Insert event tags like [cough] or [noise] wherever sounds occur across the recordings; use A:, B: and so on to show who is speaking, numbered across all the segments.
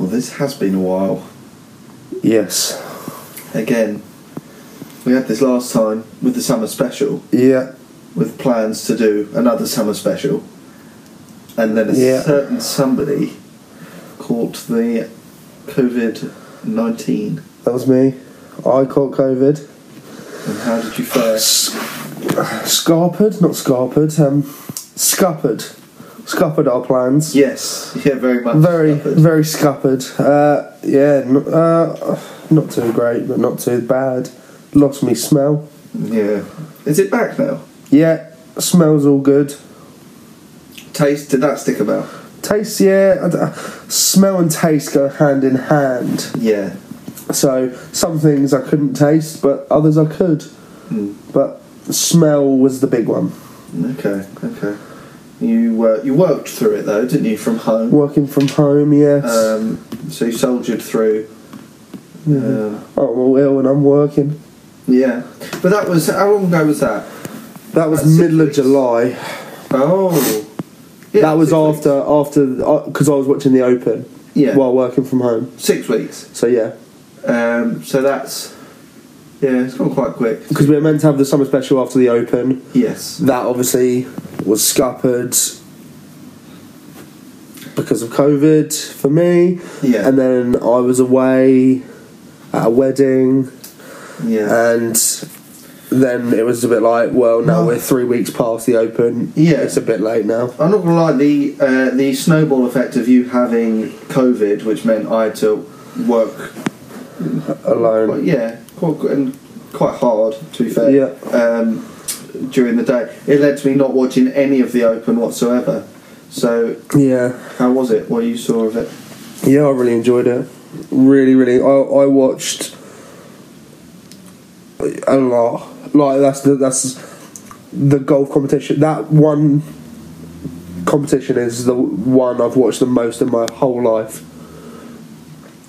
A: this has been a while.
B: Yes.
A: Again, we had this last time with the summer special,
B: Yeah.
A: with plans to do another summer special. And then a
B: Yeah.
A: certain somebody caught the COVID 19.
B: That was me. I caught COVID.
A: And how did you fare?
B: S- scarpered, not scarpered. Um, scuppered. Scuppered our plans.
A: Yes, yeah, very much.
B: Very,
A: suffered.
B: very scuppered. Uh, yeah, n- uh, not too great, but not too bad. Lost me smell.
A: Yeah. Is it back now?
B: Yeah, smells all good.
A: Taste, did that stick about?
B: Taste, yeah. I d- smell and taste go hand in hand.
A: Yeah.
B: So some things I couldn't taste, but others I could.
A: Mm.
B: But smell was the big one.
A: Okay, okay. You uh, you worked through it though, didn't you, from home?
B: Working from home, yes.
A: Um, so you soldiered through. Um,
B: I'm all ill and I'm working.
A: yeah, but that was how long ago was that?
B: That was
A: About six
B: middle of
A: weeks.
B: July.
A: Oh, Yeah,
B: that was
A: six weeks.
B: after after because I was watching the Open
A: Yeah,
B: while working from home.
A: six weeks.
B: So yeah,
A: Um, so that's yeah, it's gone quite quick.
B: because we were meant to have the summer special after the Open.
A: Yes,
B: That obviously was scuppered because of COVID for me.
A: Yeah.
B: And then I was away at a wedding,
A: yeah,
B: and then it was a bit like, well, now
A: No.
B: we're three weeks past the Open.
A: Yeah.
B: It's a bit late now.
A: I'm not gonna lie. The uh, the snowball effect of you having COVID, which meant I had to work
B: Alone.
A: Well, yeah, quite, and quite hard to be fair.
B: Yeah.
A: Um, during the day, it led to me not watching any of the Open whatsoever. So,
B: Yeah.
A: how was it? What you saw of it?
B: Yeah, I really enjoyed it. Really, really. I, I watched a lot. Like that's the, that's the golf competition. That one competition is the one I've watched the most in my whole life.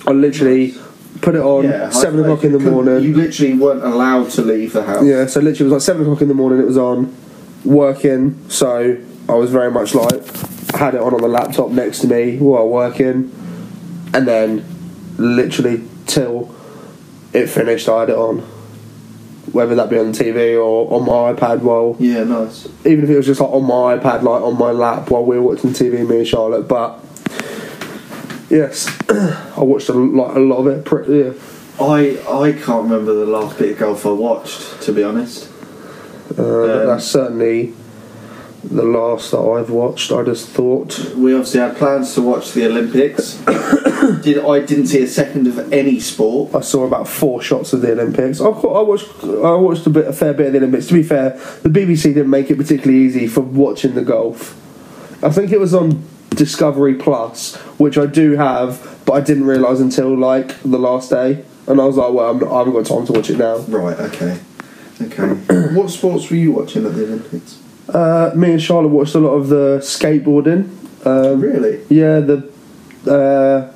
B: I literally put it on
A: Yeah,
B: seven
A: I-
B: o'clock in
A: you
B: the
A: couldn't-
B: morning.
A: You literally weren't allowed to leave the house.
B: Yeah, so literally it was like seven o'clock in the morning. It was on, working. So I was very much like had it on on the laptop next to me while working, and then literally till it finished, I had it on. Whether that be on TV or on my iPad, while
A: Yeah, nice.
B: even if it was just like on my iPad, like on my lap while we were watching TV, me and Charlotte. But yes, [clears throat] I watched a lot, a lot of it. Pretty, yeah.
A: I I can't remember the last bit of golf I watched. To be honest,
B: Uh,
A: Um,
B: that's certainly the last that I've watched. I just thought.
A: we obviously had plans to watch the
B: [coughs]
A: Olympics. Did I didn't see a second of any sport.
B: I saw about four shots of the Olympics. I, caught, I watched. I watched a bit, a fair bit of the Olympics. To be fair, the BBC didn't make it particularly easy for watching the golf. I think it was on Discovery Plus, which I do have, but I didn't realise until like the last day, and I was like, "Well, I'm not, I haven't got time to watch it now."
A: Right. Okay.
B: [coughs]
A: Okay. what sports were you watching at the Olympics?
B: Uh, me and Charlotte watched a lot of the skateboarding. Um,
A: Really?
B: Yeah, the uh,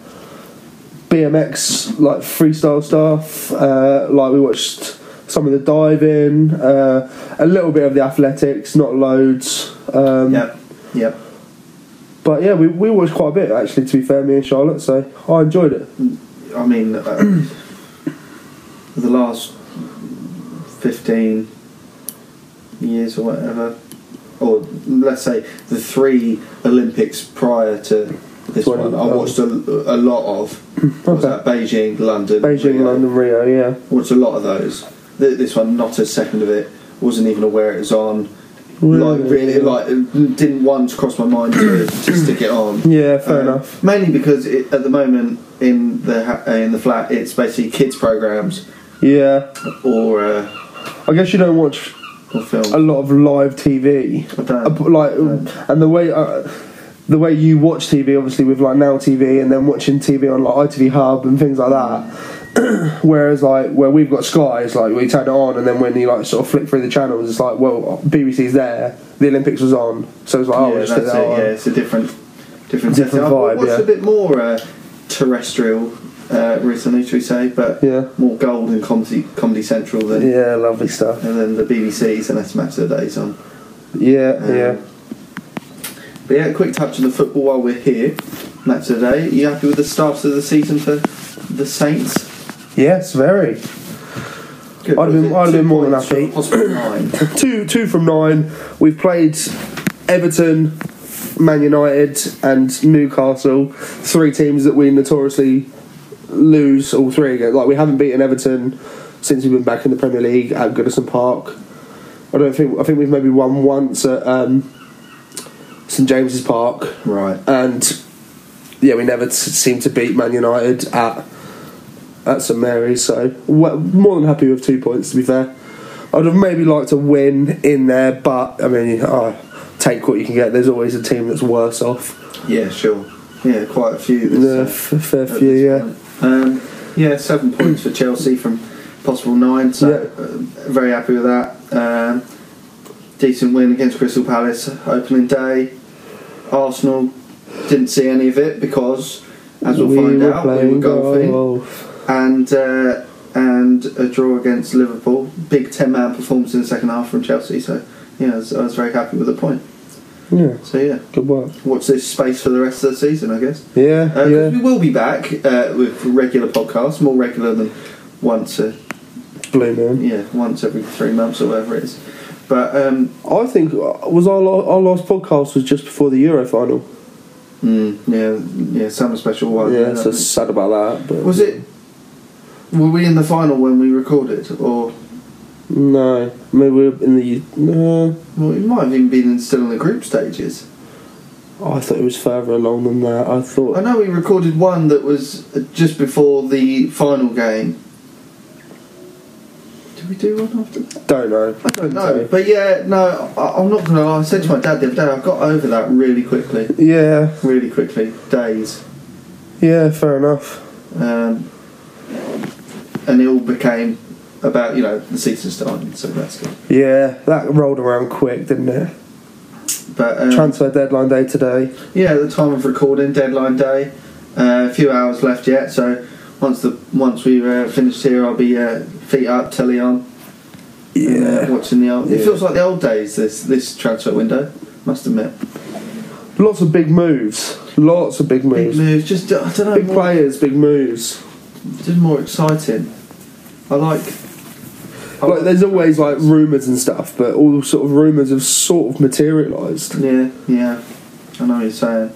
B: BMX like freestyle stuff. Uh, like we watched some of the diving, uh, a little bit of the athletics, not loads. Um,
A: Yep. Yep.
B: But yeah, we, we watched quite a bit actually. To be fair, me and Charlotte, so I enjoyed it.
A: I mean, uh, [clears throat] the last 15 years or whatever, or let's say the three Olympics prior to this
B: Twenty-
A: one, I
B: oh.
A: watched a, a lot of.
B: [laughs]
A: What was
B: Okay.
A: that? Beijing, London.
B: Beijing,
A: Rio.
B: London, Rio, yeah.
A: Watched a lot of those. Th- This one, not a second of it. Wasn't even aware it was on. Like really, like it didn't once cross my mind to, to stick it on.
B: Yeah, fair
A: Um,
B: enough.
A: Mainly because it, at the moment in the ha- uh, in the flat, it's basically kids programs
B: Yeah,
A: or uh,
B: I guess you don't watch
A: or
B: a
A: film.
B: lot of live TV.
A: I don't-
B: Uh, but, like and the way uh, the way you watch TV obviously with like Now TV and then watching TV on like ITV Hub and things like that [clears throat] whereas like where we've got Sky it's like we turn it on and then when you like sort of flick through the channels it's like well BBC's there the Olympics was on so it's like oh
A: yeah,
B: we'll
A: that's
B: just
A: it.
B: stick that
A: Yeah,
B: on
A: it's a different different,
B: Different
A: setting.
B: vibe,
A: I've watched
B: yeah.
A: a bit more uh, terrestrial uh, recently, should we say? But
B: Yeah.
A: more gold and comedy Comedy Central than
B: yeah lovely stuff
A: and then the BBC's and that's match of the days on.
B: yeah
A: Um,
B: yeah
A: But yeah, quick touch on the football while we're here. match of the day. You happy with the start of the season for the Saints?
B: Yes, very.
A: Good.
B: I'd have been-
A: Was it
B: I'd have
A: two
B: been more than
A: points
B: happy.
A: from possible nine?
B: [coughs] two two from nine. We've played Everton, Man United, and Newcastle. Three teams that we notoriously lose all three against. Like we haven't beaten Everton since we've been back in the Premier League at Goodison Park. I don't think I think we've maybe won once at um, St James's Park,
A: Right.
B: and yeah, we never t- seem to beat Man United at at St Mary's. So well, more than happy with two points. To be fair, I'd have maybe liked a win in there, but I mean, I take what you can get. There's always a team that's worse off.
A: Yeah, sure. Yeah, quite a few. this,
B: Yeah,
A: uh,
B: f- fair
A: at
B: few,
A: this
B: yeah.
A: point. Um, yeah, seven points for Chelsea from possible nine, so
B: Yeah.
A: uh, very happy with that. Um, decent win against Crystal Palace opening day. Arsenal didn't see any of it because, as we'll find
B: were
A: out, we were
B: playing
A: golfing.
B: golf.
A: And, uh, and a draw against Liverpool. Big 10 man performance in the second half from Chelsea, so yeah, I was, I was very happy with the point.
B: Yeah,
A: So yeah,
B: good work.
A: watch this space for the rest of the season, I guess.
B: Yeah,
A: Uh, 'cause
B: yeah.
A: We will be back uh, with regular podcasts, more regular than once a
B: Blue moon.
A: yeah once every three months or whatever it is. But um,
B: I think uh, was our la- our last podcast was just before the Euro final.
A: mm, yeah, Oh, yeah, summer special one.
B: yeah, so
A: I think.
B: sad about that. But
A: was it? Were we in the final when we recorded, or
B: No, maybe we're in the. No,
A: well, we might have even been in, still in the group stages?
B: Oh, I thought it was further along than that. I
A: I
B: thought.
A: know we recorded one that was uh, just before the final game. Did we do one after that?
B: Don't know.
A: I don't know, but yeah, no, I, I'm not gonna lie. I said to my dad the other day, I got over that really quickly,
B: Yeah,
A: really quickly, days,
B: yeah, fair enough.
A: um, and it all became about you know the season starting, so that's good.
B: Yeah, that rolled around quick, didn't it?
A: But um,
B: Transfer deadline day today.
A: yeah, at the time of recording, deadline day, uh, a few hours left yet. So once the once we've uh, finished here, I'll be uh, feet up, telly on, uh, watching the old. It
B: Yeah.
A: feels like the old days. This this transfer window, must admit,
B: Lots of big moves. Lots of big
A: big
B: moves.
A: moves. Just I don't know.
B: Big
A: more-
B: players, big moves.
A: just more exciting. I like. I
B: Like there's always like rumours and stuff, but all sort of rumours have sort of materialised.
A: yeah, yeah. I know what you're saying,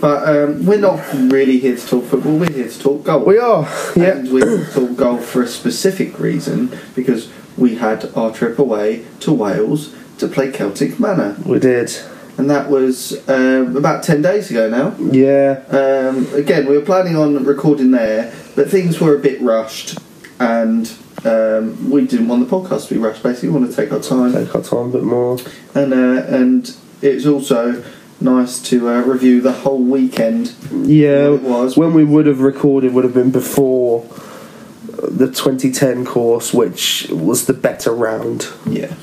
A: but um, we're not really here to talk football. We're here to talk golf.
B: We are. Yeah.
A: And we're here to talk golf for a specific reason because we had our trip away to Wales to play Celtic Manor,
B: We did.
A: and that was um, about ten days ago now.
B: Yeah.
A: Um, again, we were planning on recording there, but things were a bit rushed, and um, we didn't want the podcast to be rushed. Basically, we wanted to take our time,
B: Take our time a bit more.
A: and uh, and it's also nice to uh, review the whole weekend.
B: Yeah,
A: It was.
B: when we would have recorded would have been before uh, the 2010 course, which was the better round.
A: Yeah,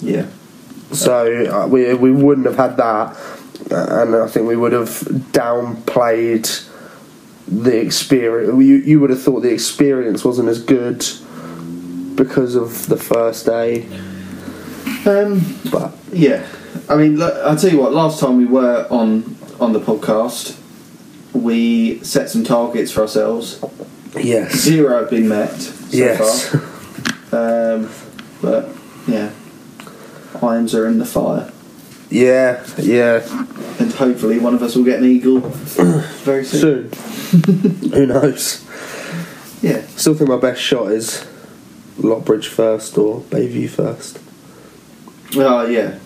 A: yeah,
B: So uh, we we wouldn't have had that, uh, and I think we would have downplayed the experience. You you would have thought the experience wasn't as good because of the first day,
A: um,
B: but
A: yeah. I mean, look, I'll tell you what. Last time we were on on the podcast, we set some targets for ourselves.
B: yes,
A: Zero have been met so far.
B: yes, [laughs]
A: Um, but yeah, irons are in the fire,
B: yeah, yeah.
A: and hopefully one of us will get an [clears throat] eagle very soon.
B: Soon, who knows?
A: Yeah,
B: Still think my best shot is Lotbridge first or Bayview first.
A: oh yeah,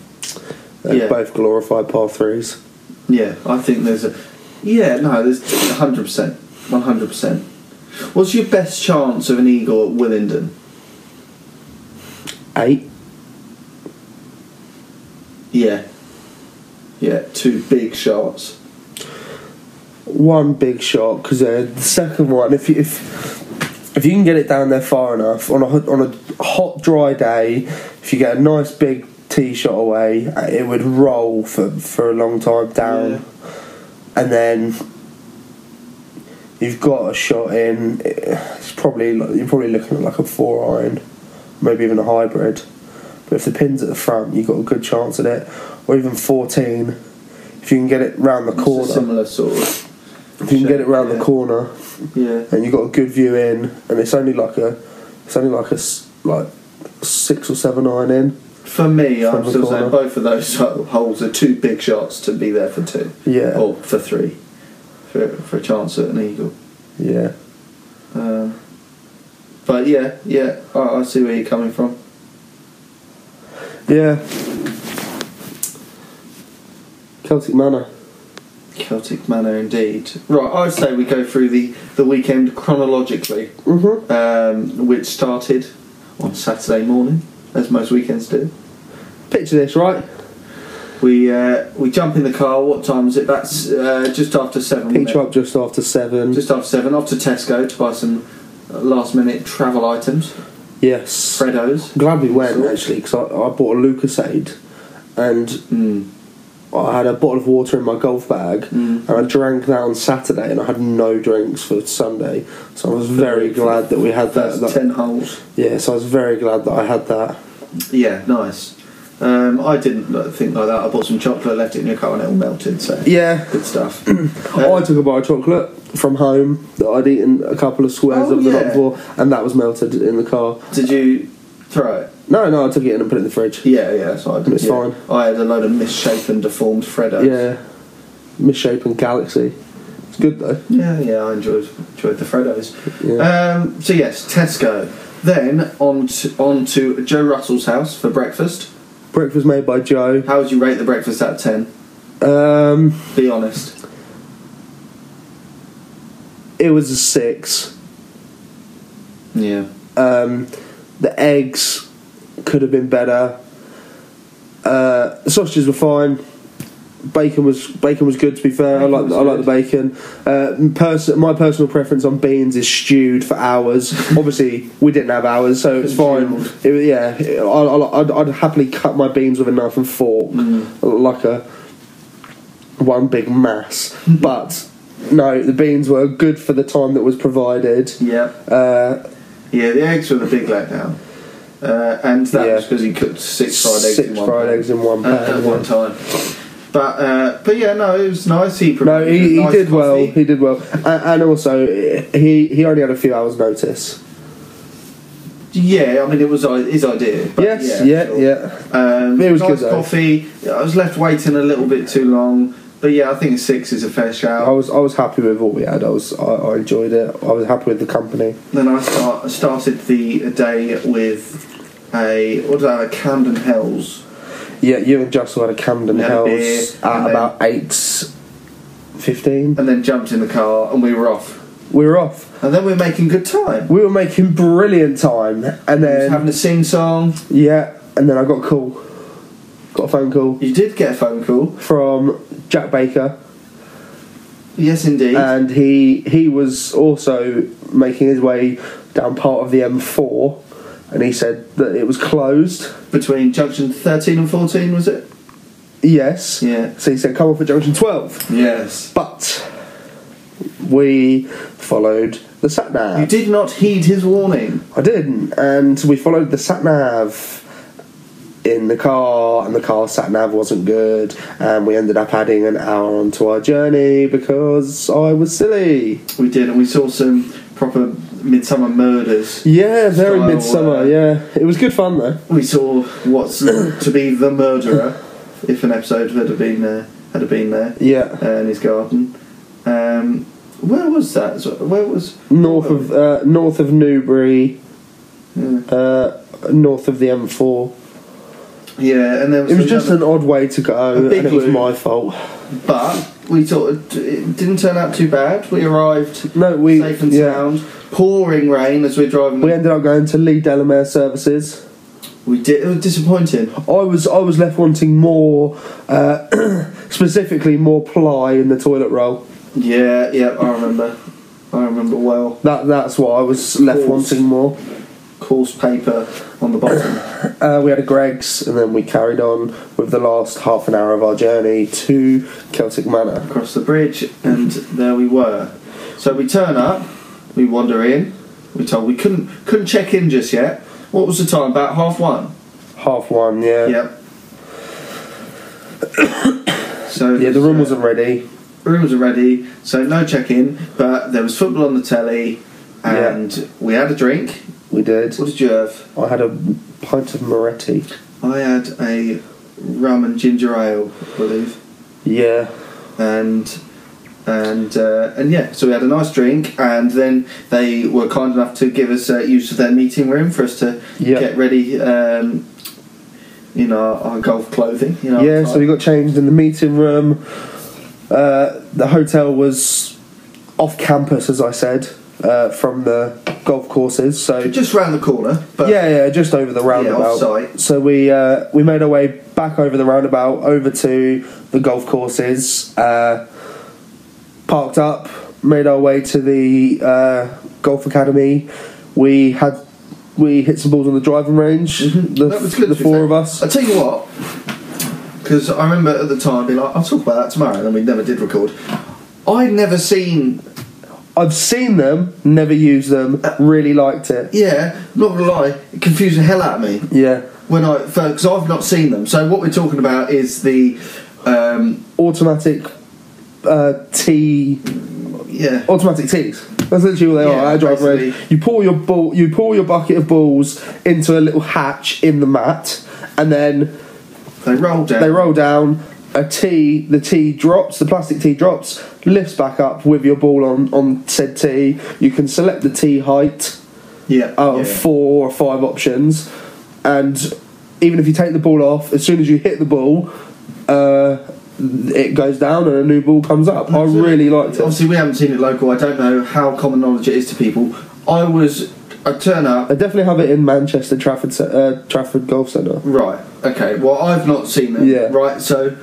B: They're
A: Yeah.
B: both glorified par threes.
A: yeah. I think there's a yeah. No, there's hundred percent, one hundred percent. What's your best chance of an eagle at Willingdon?
B: Eight.
A: Yeah, yeah. Two big shots.
B: One big shot because uh, the second one, if you, if if you can get it down there far enough on a hot- on a hot dry day, if you get a nice big tee shot away, uh, it would roll for for a long time down,
A: Yeah.
B: and then you've got a shot in. It's probably like- you're probably looking at like a four iron, maybe even a hybrid. But if the pin's at the front, you've got a good chance at it, or even fourteen. if you can get it round the
A: It's a
B: corner,
A: similar sort of.
B: if you can get it round
A: yeah.
B: the corner,
A: Yeah.
B: and you got a good view in, and it's only like a, it's only like a s- like six or seven iron in.
A: For me,
B: From
A: I'm
B: the
A: still
B: corner.
A: saying both of those [laughs] holes are two big shots to be there for two
B: Yeah,
A: or for three, for, for a chance at an eagle.
B: yeah.
A: Um, but yeah, yeah, I, I see where you're coming from.
B: Yeah. Celtic Manor.
A: Celtic manner indeed. Right, I'd say we go through the, the weekend chronologically,
B: Mm-hmm.
A: um, which started on Saturday morning, as most weekends do.
B: Picture this, right?
A: We uh, we jump in the car. What time is it? That's uh, just after seven. wasn't it?
B: Picture up just after seven.
A: Just after seven, off to Tesco to buy some uh, last minute travel items,
B: yes.
A: Freddos.
B: Glad we went
A: Sort.
B: actually because I, I bought a Lucasade, and
A: Mm.
B: I had a bottle of water in my golf bag,
A: Mm.
B: and I drank that on Saturday, and I had no drinks for Sunday. So I was very glad that we had
A: That's
B: that. that-
A: ten holes.
B: yeah, so I was very glad that I had that.
A: Yeah, nice. Um, I didn't like, think like that. I bought some chocolate, left it in your car, and it all melted. So
B: Yeah,
A: good
B: [clears throat]
A: stuff. Uh,
B: I took a bar of chocolate from home that I'd eaten a couple of squares
A: Oh,
B: of the
A: yeah.
B: night before, and that was melted in the car.
A: did you throw it?
B: No, no, I took it in and put it in the fridge.
A: Yeah, yeah, that's what I did.
B: It's
A: yeah.
B: fine.
A: I had a load of misshapen, deformed Freddos.
B: Yeah, misshapen galaxy. It's good though.
A: yeah, yeah. I enjoyed enjoyed the Freddos.
B: Yeah.
A: Um, so yes, Tesco. Then on to, on to Joe Russell's house for breakfast.
B: Breakfast made by Joe.
A: How would you rate the breakfast out of ten?
B: Um,
A: Be honest.
B: it was a six.
A: Yeah.
B: Um, the eggs could have been better. Uh, the sausages were fine. Bacon was bacon was good. To be fair,
A: Bacon
B: I like
A: was
B: I like the bacon. Uh, pers- my personal preference on beans is stewed
A: [laughs]
B: for hours. Obviously, we didn't have hours, so it's fine.
A: Congealed.
B: It, was- yeah, it- I, I, I'd, I'd happily cut my beans with a knife and fork,
A: Mm-hmm.
B: like a one
A: [laughs]
B: big mass. but no, the beans were good for the time that was provided.
A: Yeah.
B: Uh,
A: Yeah, the eggs were the big letdown. Uh, and that
B: Yeah.
A: was because he cooked six fried eggs
B: Six
A: in one
B: fried
A: pan Uh,
B: eggs in one
A: at-
B: pan,
A: at
B: yeah.
A: one time. But uh, but yeah, no, it was nice. He
B: No,
A: provided a
B: he, he
A: nice
B: did well.
A: coffee.
B: He did well, and, and also he he only had a few hours' notice.
A: Yeah, I mean it was i- his idea. But
B: yes, yeah,
A: sure.
B: yeah.
A: Um,
B: It was
A: nice
B: good, though.
A: coffee. I was left waiting a little bit too long, but yeah, I think six is a fair
B: I
A: shout.
B: was I was happy with what we had. I was I, I enjoyed it. I was happy with the company.
A: Then I start, started the day with a what do I have? A Camden Hells.
B: Yeah, you and Justin had a Camden
A: We had a
B: House
A: beer,
B: at
A: and then-
B: about eight fifteen.
A: and then jumped in the car and we were off.
B: We were off.
A: And then we were making good time.
B: We were making brilliant time, and
A: We was having
B: then
A: a sing song.
B: yeah, and then I got a call, got a phone call
A: You did get a phone call.
B: from Jack Baker.
A: Yes, indeed.
B: and he he was also making his way down part of the M4, and he said that it was closed.
A: Between junction 13 and 14, was it?
B: Yes.
A: Yeah.
B: So he said, "Come off at junction 12."
A: Yes.
B: But we followed the sat nav.
A: You did not heed his warning.
B: I didn't, and we followed the sat nav in the car, and the car sat nav wasn't good, and we ended up adding an hour onto our journey because I was silly.
A: We did, and we saw some proper midsummer murders.
B: Yeah, very
A: Style,
B: midsummer.
A: uh,
B: yeah, it was good fun though.
A: We saw what's [coughs] to be the murderer, if an episode had been there, had been there
B: Yeah.
A: uh, in his garden. Um, where was that? Where was
B: north of uh, north of Newbury,
A: Yeah,
B: uh, north of the M4.
A: yeah and there was
B: It was
A: another-
B: just an odd way to go,
A: A
B: and
A: big
B: it was
A: loop.
B: my fault.
A: But we sort of, it didn't turn out too bad. We arrived
B: No, we
A: safe and
B: yeah,
A: sound. Pouring rain as we're driving.
B: we ended up going to Lee Delamere Services.
A: we did. It was disappointing.
B: I was I was left wanting more, uh, [clears throat] specifically more ply in the toilet roll.
A: Yeah, yeah. I remember. I remember well.
B: That that's what I was left
A: Course.
B: wanting more.
A: Coarse paper on the bottom.
B: Uh, we had a Greg's, and then we carried on with the last half an hour of our journey to Celtic Manor.
A: across the bridge, and there we were. So we turn up, we wander in. We told we couldn't couldn't check in just yet. What was the time? About half one.
B: Half one,
A: Yep. [coughs] So
B: Yeah, the room wasn't ready.
A: rooms were ready, so no check in. But there was football on the telly,
B: Yeah.
A: and we had a drink.
B: We did.
A: What did you have?
B: I had a pint of Moretti.
A: I had a rum and ginger ale, I believe,
B: Yeah.
A: and and uh, and yeah. So we had a nice drink, and then they were kind enough to give us uh, use of their meeting room for us to
B: Yeah.
A: get ready. Um, in our, our golf clothing, you know.
B: yeah,
A: our
B: so we got changed in the meeting room. Uh, the hotel was off campus, as I said, uh, from the golf courses. So
A: just round the corner. But
B: yeah, yeah, just over the roundabout.
A: offsite.
B: so we uh, we made our way back over the roundabout, over to the golf courses, uh, parked up, made our way to the uh, golf academy. We had we hit some balls on the driving range. The,
A: Mm-hmm. That was good,
B: the
A: to be
B: four
A: fair.
B: of us.
A: I tell you what, because I remember at the time being like, I'll talk about that tomorrow, and then we never did record. I'd never seen,
B: I've seen them, never used them, really liked it.
A: yeah, not gonna lie, it confused the hell out of me
B: Yeah.
A: when I because I've not seen them. So what we're talking about is the, um,
B: Automatic uh, T
A: yeah,
B: automatic tees. That's literally what they
A: Yeah,
B: are. I drive around.
A: basically.
B: You pour your ball you pour your bucket of balls into a little hatch in the mat and then
A: they rolled down.
B: they roll down a tee, the tee drops, the plastic tee drops, lifts back up with your ball on, on said tee. You can select the tee height
A: yeah,
B: out of
A: yeah.
B: Oh, four or five options, and even if you take the ball off, as soon as you hit the ball, uh, it goes down and a new ball comes up. I really liked it.
A: Obviously, we haven't seen it local. I don't know how common knowledge it is to people. I was, I turn up.
B: I definitely have it in Manchester Trafford Ce- uh, Trafford Golf Centre.
A: Right. Okay. Well, I've not seen them.
B: Yeah.
A: Right. So,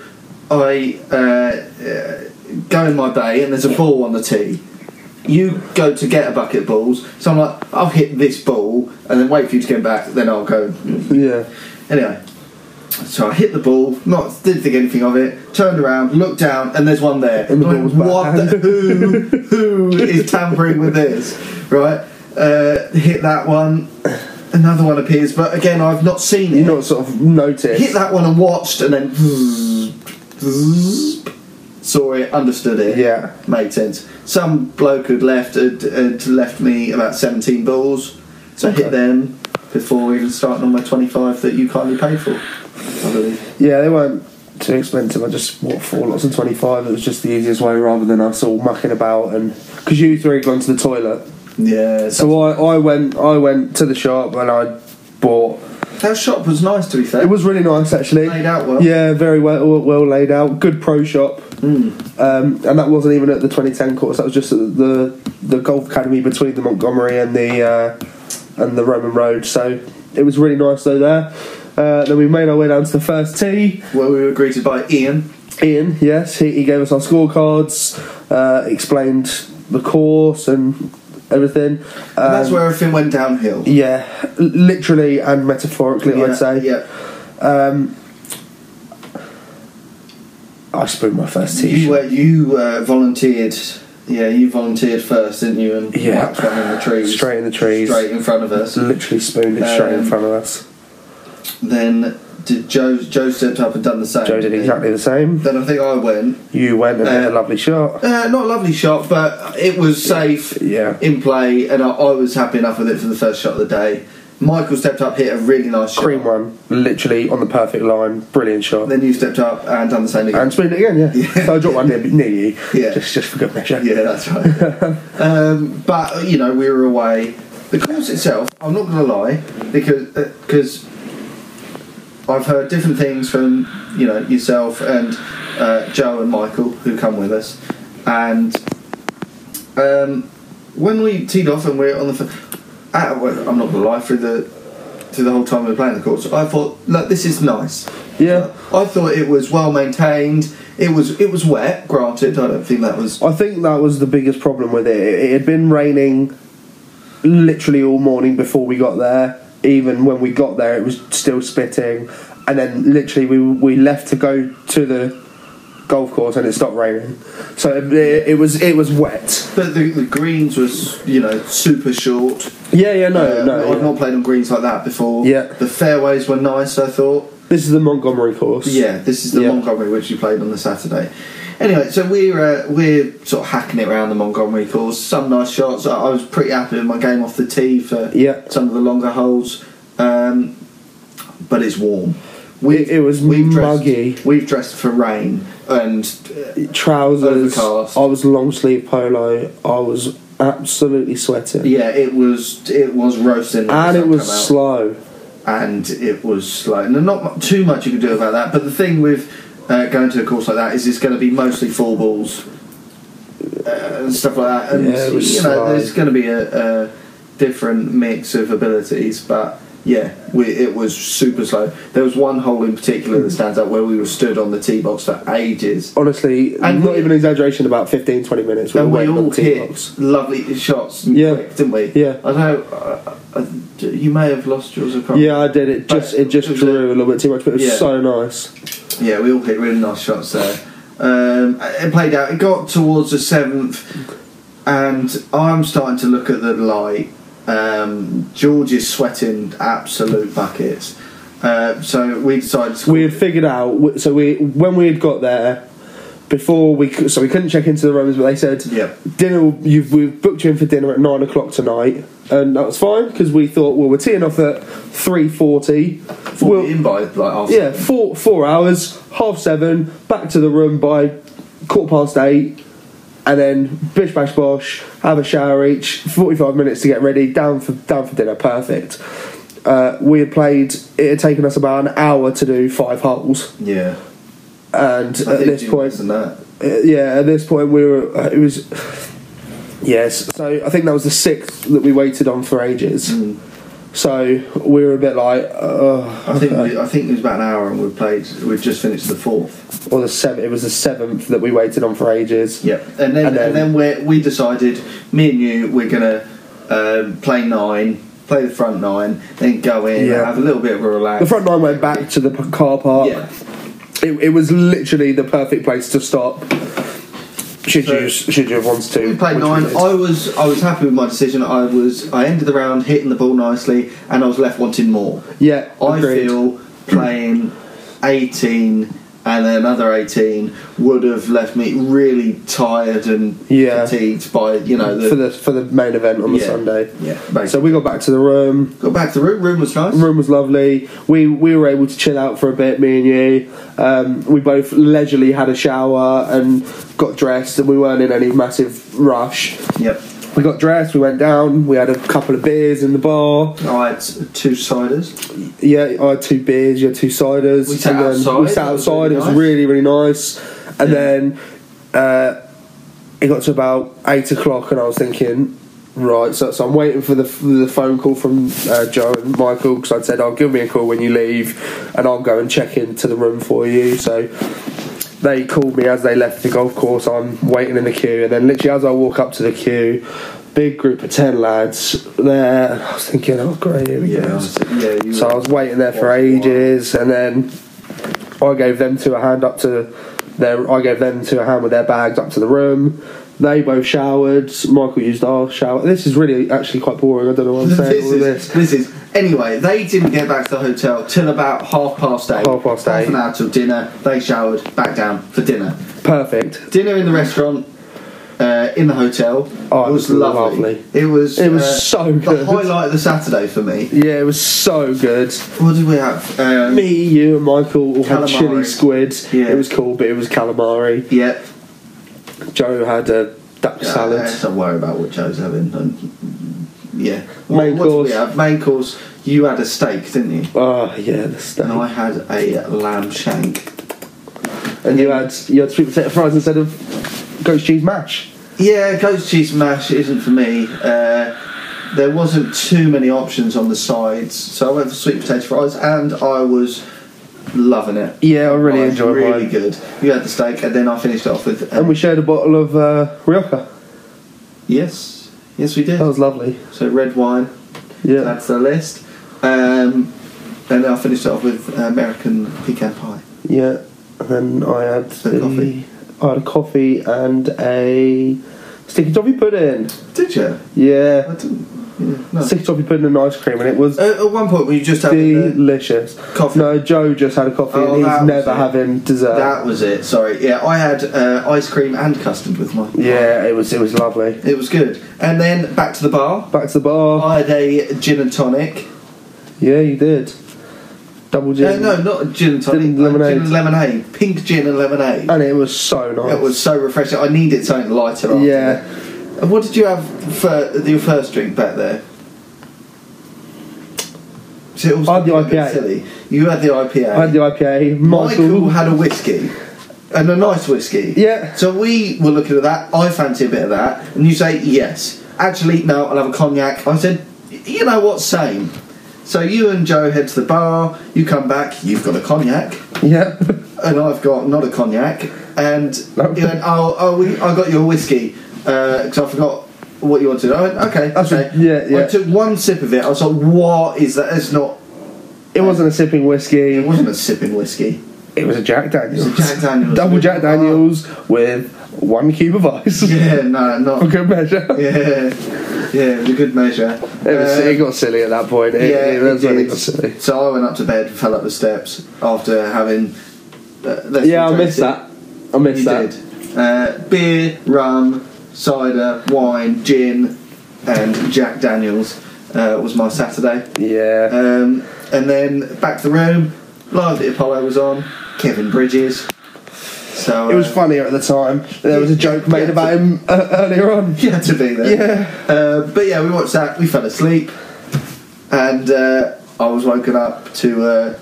A: I uh, uh, go in my bay and there's a ball on the tee. You go to get a bucket of balls. So I'm like, I'll hit this ball and then wait for you to get back. Then I'll go.
B: Yeah,
A: Anyway. So I hit the ball, not didn't think anything of it. Turned around, looked down, and there's one there.
B: And the
A: I'm
B: ball
A: like,
B: was
A: what?
B: bad.
A: The, who?
B: [laughs]
A: Who is tampering with this? Right? Uh, hit that one. Another one appears, but again, I've not seen it
B: you not sort of notice.
A: hit that one and watched, and then [laughs] saw it, understood it.
B: Yeah,
A: made sense. Some bloke had left had, had left me about seventeen balls, so I
B: Okay.
A: hit them before even starting on my twenty-five that you kindly paid for. I believe.
B: yeah, they weren't too expensive. I just bought four lots of twenty five. It was just the easiest way, rather than us all mucking about and because you three had gone to the toilet.
A: Yeah. So
B: So I, I went I went to the shop and I bought
A: that shop was nice, to be fair.
B: It was really nice, actually.
A: Laid out well.
B: Yeah, very well, well, well laid out. Good pro shop.
A: Mm.
B: Um, and that wasn't even at the 2010 course. That was just at the the golf academy between the Montgomery and the uh, and the Roman Road. So it was really nice though there. Uh, then we made our way down to the first tee.
A: Where we were greeted by Ian.
B: Ian, yes, he, he gave us our scorecards, uh, explained the course and everything.
A: And that's
B: Um,
A: where everything went downhill.
B: yeah, l- literally and metaphorically,
A: yeah,
B: I'd say.
A: Yeah.
B: Um, I spilled my first
A: You
B: t-shirt.
A: were you uh, volunteered. Yeah, you volunteered first, didn't you? And
B: Yeah.
A: whacked one in the trees.
B: Straight in the trees. Mm.
A: straight in front of us.
B: Literally spooned it straight in
A: Um,
B: front of us.
A: Then did Joe Joe stepped up and done the same.
B: Joe did exactly the same.
A: Then I think I went.
B: You went and had a
A: uh,
B: lovely shot.
A: Uh, not a lovely shot, but it was safe
B: Yeah.
A: in play, and I, I was happy enough with it for the first shot of the day. Michael stepped up, hit a really nice shot.
B: Cream one. Literally on the perfect line. Brilliant shot.
A: Then you stepped up and done the same again.
B: And spooned it again, yeah. So I dropped one near, near you.
A: Yeah.
B: Just, just for good measure.
A: yeah, that's right. um, but you know, we were away. The course itself, I'm not going to lie, because because I've heard different things from you know yourself and uh, Joe and Michael who come with us, and um, when we teed off and we're on the, f- ah, well, I'm not going to lie through the through the whole time we were playing the course, I thought look this is nice.
B: Yeah.
A: I thought it was well maintained. It was it was wet, granted. I don't think that was
B: I think that was the biggest problem with it. It it had been raining literally all morning before we got there. Even when we got there, it was still spitting. And then literally we we left to go to the golf course and it stopped raining. So it, it, it was it was wet.
A: But the, the greens was, you know, super short.
B: Yeah, yeah, no,
A: Uh,
B: no.
A: I've not played on greens like that before.
B: Yeah.
A: The fairways were nice, I thought.
B: This is the Montgomery course.
A: Yeah, this is the
B: Yeah.
A: Montgomery which you played on the Saturday. Anyway, so we're uh, we're sort of hacking it around the Montgomery course. Some nice shots. I I was pretty happy with my game off the tee for
B: Yeah.
A: some of the longer holes, um, but it's warm. We've,
B: It- it was muggy.
A: Dressed, we've dressed for rain, and uh,
B: Trousers.
A: Overcast.
B: I was long sleeve polo. I was absolutely sweating.
A: yeah, it was it was roasting. when
B: And
A: the
B: it
A: sun
B: was
A: come out.
B: slow.
A: and it was slow. And not mu- too much you can do about that. But the thing with uh, going to a course like that is it's going to be mostly four balls uh, and stuff like that. And
B: Yeah, it was
A: you know,
B: slow.
A: there's going to be a, a different mix of abilities, but. Yeah, we, it was super slow. There was one hole in particular that stands out where we were stood on the tee box for ages,
B: Honestly,
A: And
B: not
A: we-
B: even exaggeration, about 15, 20 minutes.
A: and
B: were
A: we
B: waiting on
A: all
B: the tee
A: hit
B: box.
A: lovely shots, and
B: Yeah.
A: quick, didn't we?
B: Yeah.
A: I know. Uh, uh, you may have lost yours. I can't
B: Yeah, I did. It just it just
A: But-
B: drew a little bit too much, but it was
A: Yeah.
B: so nice.
A: Yeah, we all hit really nice shots there. Um, it played out. It got towards the seventh, and I'm starting to look at the light. Um, George is sweating absolute buckets. Uh, so we decided to.
B: We had figured out. w- So we when we had got there, before we cou- so we couldn't check into the rooms, but they said
A: Yeah.
B: dinner. You've we've booked you in for dinner at nine o'clock tonight, and that was fine because we thought well we're teeing off at three forty.
A: We'll, be in by like half
B: yeah, four four hours, half seven, back to the room by quarter past eight, and then bish bash bosh, have a shower each, forty five minutes to get ready, down for down for dinner, perfect. Uh, we had played. It had taken us about an hour to do five holes,
A: Yeah.
B: and
A: I
B: at
A: think
B: this
A: Jim
B: point,
A: wasn't that.
B: uh, yeah, at this point we were. uh, It was yes. So I think that was the sixth that we waited on for ages. So we were a bit like, oh,
A: I think we, I think it was about an hour, and we played. We'd just finished the fourth.
B: or the seventh. It was the seventh that we waited on for ages.
A: Yeah, and then
B: And
A: and then,
B: then-
A: we we decided me and you we're gonna um, play nine, play the front nine, then go in,
B: Yeah.
A: have a little bit of a relax.
B: The front line went back to the p- car park.
A: Yeah.
B: It, it was literally the perfect place to stop. Should
A: So-
B: you should you have wanted to?
A: We played
B: which
A: nine.
B: did.
A: I was I was happy with my decision. I was I ended the round hitting the ball nicely, and I was left wanting more.
B: yeah,
A: I
B: agreed.
A: feel playing eighteen and then another eighteen would have left me really tired and
B: Yeah.
A: fatigued by you know the,
B: for the for the main event on the
A: Yeah.
B: Sunday.
A: yeah. basically.
B: So we got back to the room.
A: got back to the room. Room was nice.
B: Room was lovely. We we were able to chill out for a bit, me and you. Um, we both leisurely had a shower and got dressed, and we weren't in any massive rush.
A: Yep.
B: We got dressed. We went down. We had a couple of beers in the bar.
A: I had two ciders.
B: Yeah, I had two beers, you had two ciders.
A: We sat
B: and then
A: outside,
B: We sat
A: that was
B: outside,
A: really
B: it was
A: nice.
B: really, really nice. And then uh, it got to about eight o'clock, and I was thinking, right, so, so I'm waiting for the, for the phone call from uh, Joe and Michael because I'd said, I'll give me a call when you leave, and I'll go and check into the room for you. So they called me as they left the golf course. I'm waiting in the queue, and then literally as I walk up to the queue, big group of 10 lads there, and I was thinking, oh, great, here we
A: I
B: go.
A: was- yeah. You
B: So I was waiting there for ages, and then I gave them two a hand up to their. I gave them two a hand with their bags up to the room. They both showered. Michael used our shower. This is really actually quite boring. I don't know what I'm [laughs] saying.
A: this,
B: all
A: is,
B: this.
A: this is anyway. They didn't get back to the hotel till about half past eight.
B: Half past eight.
A: an hour till dinner. They showered, back down for dinner.
B: perfect.
A: Dinner in the restaurant, uh, in the hotel.
B: Oh, it
A: was
B: was
A: lovely.
B: lovely.
A: It was. uh,
B: It was so
A: The
B: good.
A: highlight of the Saturday for me.
B: Yeah, it was so good.
A: What did we have? Um,
B: Me, you, and Michael all had
A: Calamari.
B: chili squid.
A: Yeah.
B: It was cool, but it was calamari.
A: Yeah.
B: Joe had a duck salad.
A: Uh, don't worry about what Joe's having. And, yeah.
B: Main
A: what, What did
B: course.
A: we have? Main course. You had a steak, didn't you?
B: Oh yeah, the steak.
A: And I had a lamb shank.
B: and you had you had sweet potato fries instead of goat cheese mash.
A: Yeah, goat's cheese mash isn't for me. Uh, there wasn't too many options on the sides, so I went for sweet potato fries, and I was loving it.
B: Yeah, I Oh, really
A: I was
B: enjoyed
A: really
B: mine.
A: good. You had the steak, and then I finished off with. uh,
B: And we shared a bottle of uh, Rioja.
A: yes, yes, we did.
B: That was lovely.
A: So red wine.
B: Oh. Yeah.
A: That's the list. Um, and then I finished off with American pecan pie.
B: Yeah. And then I had
A: The
B: the
A: coffee.
B: I had a coffee and a sticky toffee pudding.
A: Did you? I
B: Yeah.
A: didn't. Yeah, no.
B: Six toffee pudding and ice cream, and it was
A: At, at one point, we just had the,
B: delicious.
A: coffee.
B: No, Joe just had a coffee,
A: Oh,
B: and
A: that
B: he's
A: was
B: never
A: it.
B: having dessert.
A: that was it. Sorry, yeah, I had uh, ice cream and custard with mine.
B: yeah, it was it was lovely.
A: It was good. And then back to the bar.
B: Back to the bar.
A: I had a gin and tonic.
B: Yeah, you did. Double gin.
A: Uh, no, not a gin and tonic.
B: Gin and
A: uh,
B: lemonade.
A: Gin and lemonade. Pink gin and lemonade.
B: And it was so nice.
A: It was so refreshing. I needed something lighter. After
B: Yeah.
A: that. And what did you have for your first drink back there? So it was
B: I had the
A: a bit
B: IPA.
A: Silly. You had the IPA.
B: I had the IPA.
A: Michael.
B: Michael. [laughs]
A: had a whiskey. And a nice whiskey.
B: Yeah.
A: So we were looking at that. I fancy a bit of that. And you say, yes. Actually, no, I'll have a cognac. I said, "Y- you know what, same. So you and Joe head to the bar. You come back. You've got a cognac
B: Yeah.
A: and I've got not a cognac, and
B: [laughs] No.
A: he went, oh, oh, we, I got your whiskey because I forgot what you wanted. I went, okay,
B: That's
A: okay.
B: a- yeah, yeah.
A: I took one sip of it. I was like, what is that? It's not.
B: It wasn't a sipping whiskey.
A: It wasn't a sipping whiskey.
B: It was a Jack Daniels.
A: It was a Jack Daniels.
B: Double Jack Daniels with one cube of
A: [laughs]
B: ice. [laughs]
A: Yeah, no,
B: For
A: not.
B: good measure.
A: Yeah, yeah, it was a good measure.
B: It, was,
A: Uh,
B: it got silly at that point. It,
A: yeah,
B: it, that's
A: it
B: when it
A: did.
B: got silly.
A: So I went up to bed, fell up the steps after having. Uh, let's
B: Yeah, I
A: drink
B: missed
A: it.
B: that. I missed
A: You
B: that.
A: did. Uh, beer, rum, cider, wine, gin, and Jack Daniels uh, was my Saturday.
B: Yeah.
A: Um, and then back to the room. Live at the Apollo was on. Kevin Bridges. So
B: it was
A: uh,
B: funnier at the time. There was a joke made about him uh, earlier
A: [laughs]
B: on.
A: You had to be there.
B: Yeah.
A: Uh, but yeah, we watched that. We fell asleep, and uh, I was woken up to uh,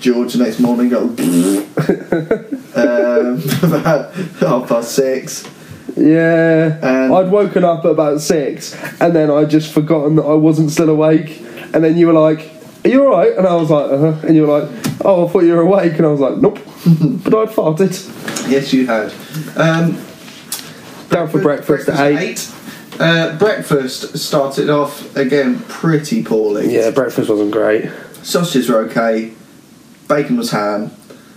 A: George the next morning. Go. [laughs] um, [laughs] about half past six.
B: Yeah.
A: And-
B: I'd woken up at about six and then I'd just forgotten that I wasn't still awake. And then you were like, Are you alright? And I was like, uh huh. And you were like, Oh, I thought you were awake. And I was like, Nope. [laughs] but I'd farted.
A: Yes, you had. Um,
B: Down for breakfast, at eight.
A: eight. Uh, breakfast started off again pretty poorly.
B: Yeah, breakfast wasn't great.
A: Sausages were okay. Bacon was ham.